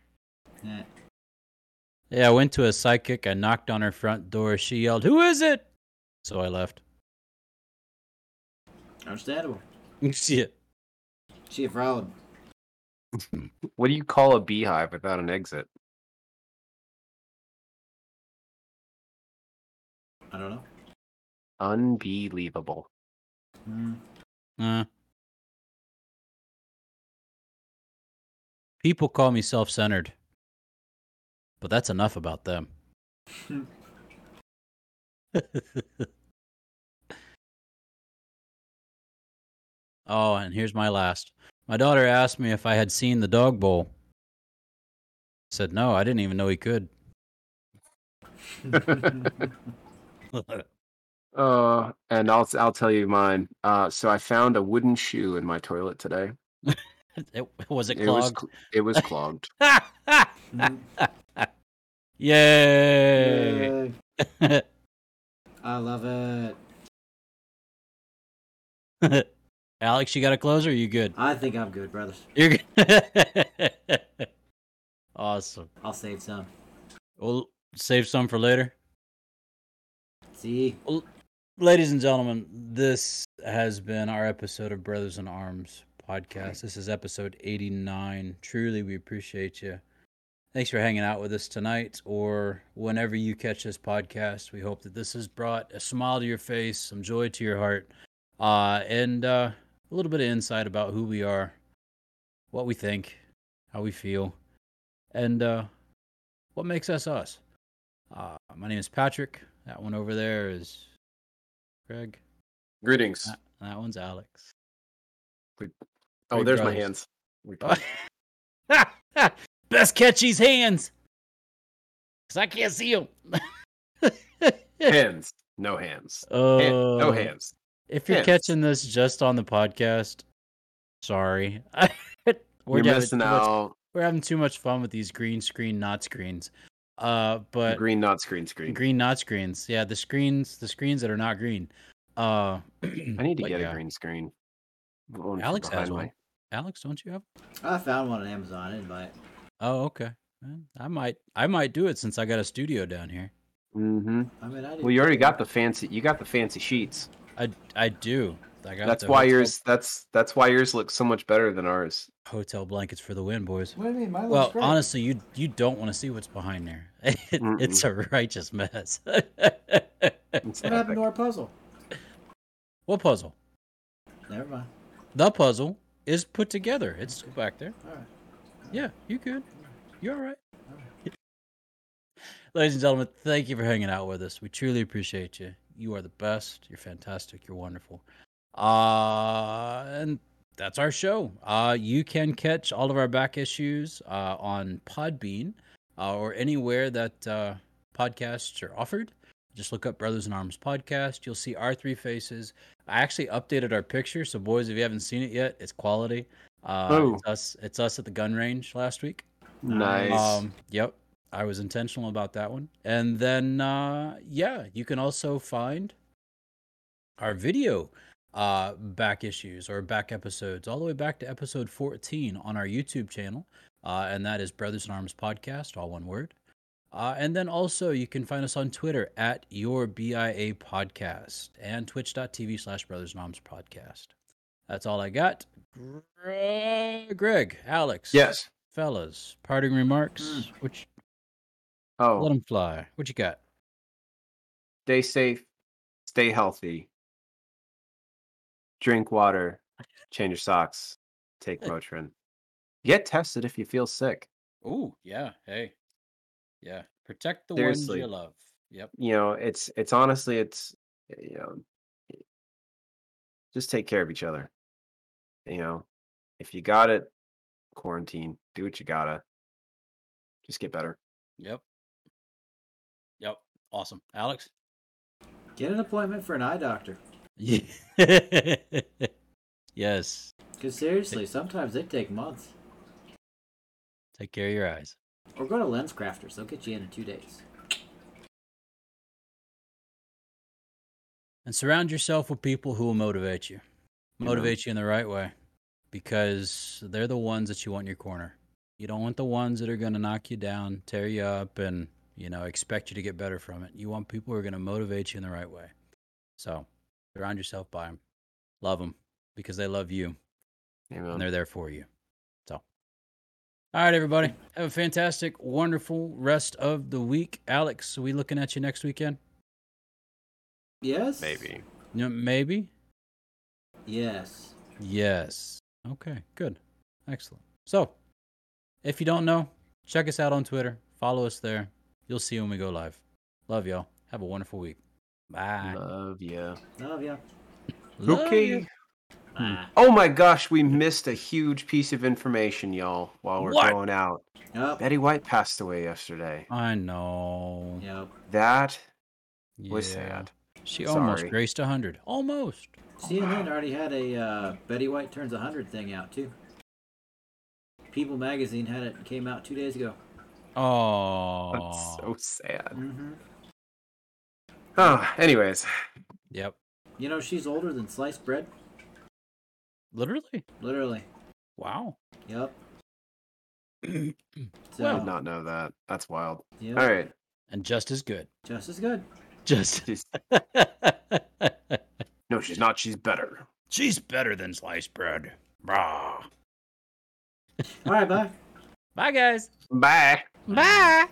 C: Yeah.
B: I went to a psychic. I knocked on her front door. She yelled, "Who is it?" So I left.
C: Understandable.
B: Shit.
C: She a fraud.
A: What do you call a beehive without an exit?
C: I don't don't know.
A: Unbelievable.
C: Mm.
B: Uh, people call me self centered, but that's enough about them. oh, and here's my last. My daughter asked me if I had seen the dog bowl. I said no, I didn't even know he could.
A: Uh, and I'll I'll tell you mine. Uh, so I found a wooden shoe in my toilet today.
B: It- was it
A: It was
B: clogged?
A: cl- it was clogged.
C: Mm.
B: Yay!
C: Yay. I love it.
B: Alex, you got a closer? Or you good?
C: I think I'm good, brothers.
B: You're good. awesome.
C: I'll save some.
B: We'll save some for later.
C: See?
B: Ladies and gentlemen, this has been our episode of Brothers in Arms podcast. This is episode 89. Truly, we appreciate you. Thanks for hanging out with us tonight or whenever you catch this podcast. We hope that this has brought a smile to your face, some joy to your heart, uh, and uh, a little bit of insight about who we are, what we think, how we feel, and uh, what makes us us. Uh, my name is Patrick. That one over there is Greg.
A: Greetings.
B: That, that one's Alex.
A: Oh,
B: Great
A: there's my
B: brothers.
A: hands. We-
B: Best catch these hands. Because I can't see them.
A: hands. No hands. Han- no hands.
B: Uh, If you're
A: Hands.
B: catching this just on the podcast, sorry. we're,
A: You're
B: having
A: missing
B: too much-
A: out.
B: we're having too much fun with these green screen, not screens. Uh, but
A: green, not screen screen.
B: green, not screens. Yeah, the screens, the screens that are not green. Uh,
A: I need to
B: but
A: get
B: yeah.
A: a green screen. The one from
B: Alex has
A: behind
B: one.
A: my-
B: Alex, don't you have?
C: I found one on Amazon. I didn't buy it.
B: Oh, okay. Well, I might, I might do it since I got a studio down here.
A: Mhm.
C: I mean, I didn't.
A: Well, you already got the fancy. You got the fancy sheets.
B: I, I do. I got
A: That's
B: the
A: why
B: hotel-
A: yours. That's that's why yours looks so much better than ours.
B: hotel blankets for the win, boys.
C: What do you mean? Mine
B: Well, honestly, you you don't want to see what's behind there. It, it's a righteous mess.
A: It's
C: What happened
A: epic.
C: to our puzzle?
B: what puzzle?
C: Never mind.
B: The puzzle is put together. It's still back there.
C: All right.
B: Yeah, you good. You're all right. Ladies and gentlemen, thank you for hanging out with us. We truly appreciate you. You are the best. You're fantastic. You're wonderful. Uh, and that's our show. Uh, you can catch all of our back issues uh, on Podbean uh, or anywhere that uh, podcasts are offered. Just look up Brothers in Arms podcast. You'll see our three faces. I actually updated our picture, so boys, if you haven't seen it yet, it's quality. Uh,
A: Oh.
B: It's us. It's us at the gun range last week.
A: Nice.
B: Um, yep. I was intentional about that one. And then, uh, yeah, you can also find our video uh, back issues or back episodes, all the way back to episode 14 on our YouTube channel. Uh, and that is Brothers in Arms Podcast, all one word. Uh, and then also, you can find us on Twitter at your BIA podcast and twitch.tv slash Brothers in Arms Podcast. That's all I got. Gre- Greg, Alex
A: yes.
B: fellas, parting remarks.
C: Mm.
B: Which
A: Hmm. Oh,
B: let them fly. What you got?
A: stay safe, stay healthy, drink water, change your socks, take Motrin, get tested if you feel sick.
B: Ooh, yeah. Hey, yeah. Protect the
A: Seriously.
B: ones you love. Yep.
A: You know, it's it's honestly it's you know, just take care of each other. You know, if you got it, quarantine, do what you gotta. Just get better.
B: Yep. Yep. Awesome, Alex.
C: Get an appointment for an eye doctor.
B: Yeah. yes.
C: Because seriously, sometimes they take months.
B: Take care of your eyes.
C: Or go to Lens Crafters. They'll get you in in two days.
B: and surround yourself with people who will motivate you
A: Amen.
B: motivate you in the right way because they're the ones that you want in your corner you don't want the ones that are going to knock you down tear you up and you know expect you to get better from it you want people who are going to motivate you in the right way so surround yourself by them love them because they love you and
A: Amen.
B: they're there for you so all right everybody have a fantastic wonderful rest of the week alex are we looking at you next weekend
C: Yes.
D: Maybe.
B: No, maybe.
C: Yes.
B: Yes. Okay. Good. Excellent. So, if you don't know, check us out on Twitter. Follow us there. You'll see when we go live. Love y'all. Have a wonderful week. Bye.
A: Love ya.
C: Love ya. Ah.
B: Love
A: okay.
B: ya.
C: Bye.
A: Oh my gosh, we missed a huge piece of information, y'all, while we're
B: What?
A: going out.
C: Yep.
A: Betty White passed away yesterday.
B: I know.
C: Yep.
A: That was
B: Yeah.
A: sad.
B: She
A: Sorry.
B: almost graced 100. Almost.
C: CNN already had a uh, Betty White turns 100 thing out too. People magazine had it came out two days ago.
B: Oh.
A: That's so sad.
C: hmm
A: Oh, anyways,
B: Yep.
C: You know she's older than sliced bread,
B: Literally.
C: literally.
B: Wow.
C: Yep. so,
A: I
B: Well,
A: did not know that. That's wild.
C: yep,
A: All right.
B: And just as good.
C: just as good.
B: Just.
A: She's- no, she's not. She's better.
B: She's better than sliced bread. Brah.
C: All right, bye.
B: Bye, guys.
A: Bye.
B: Bye.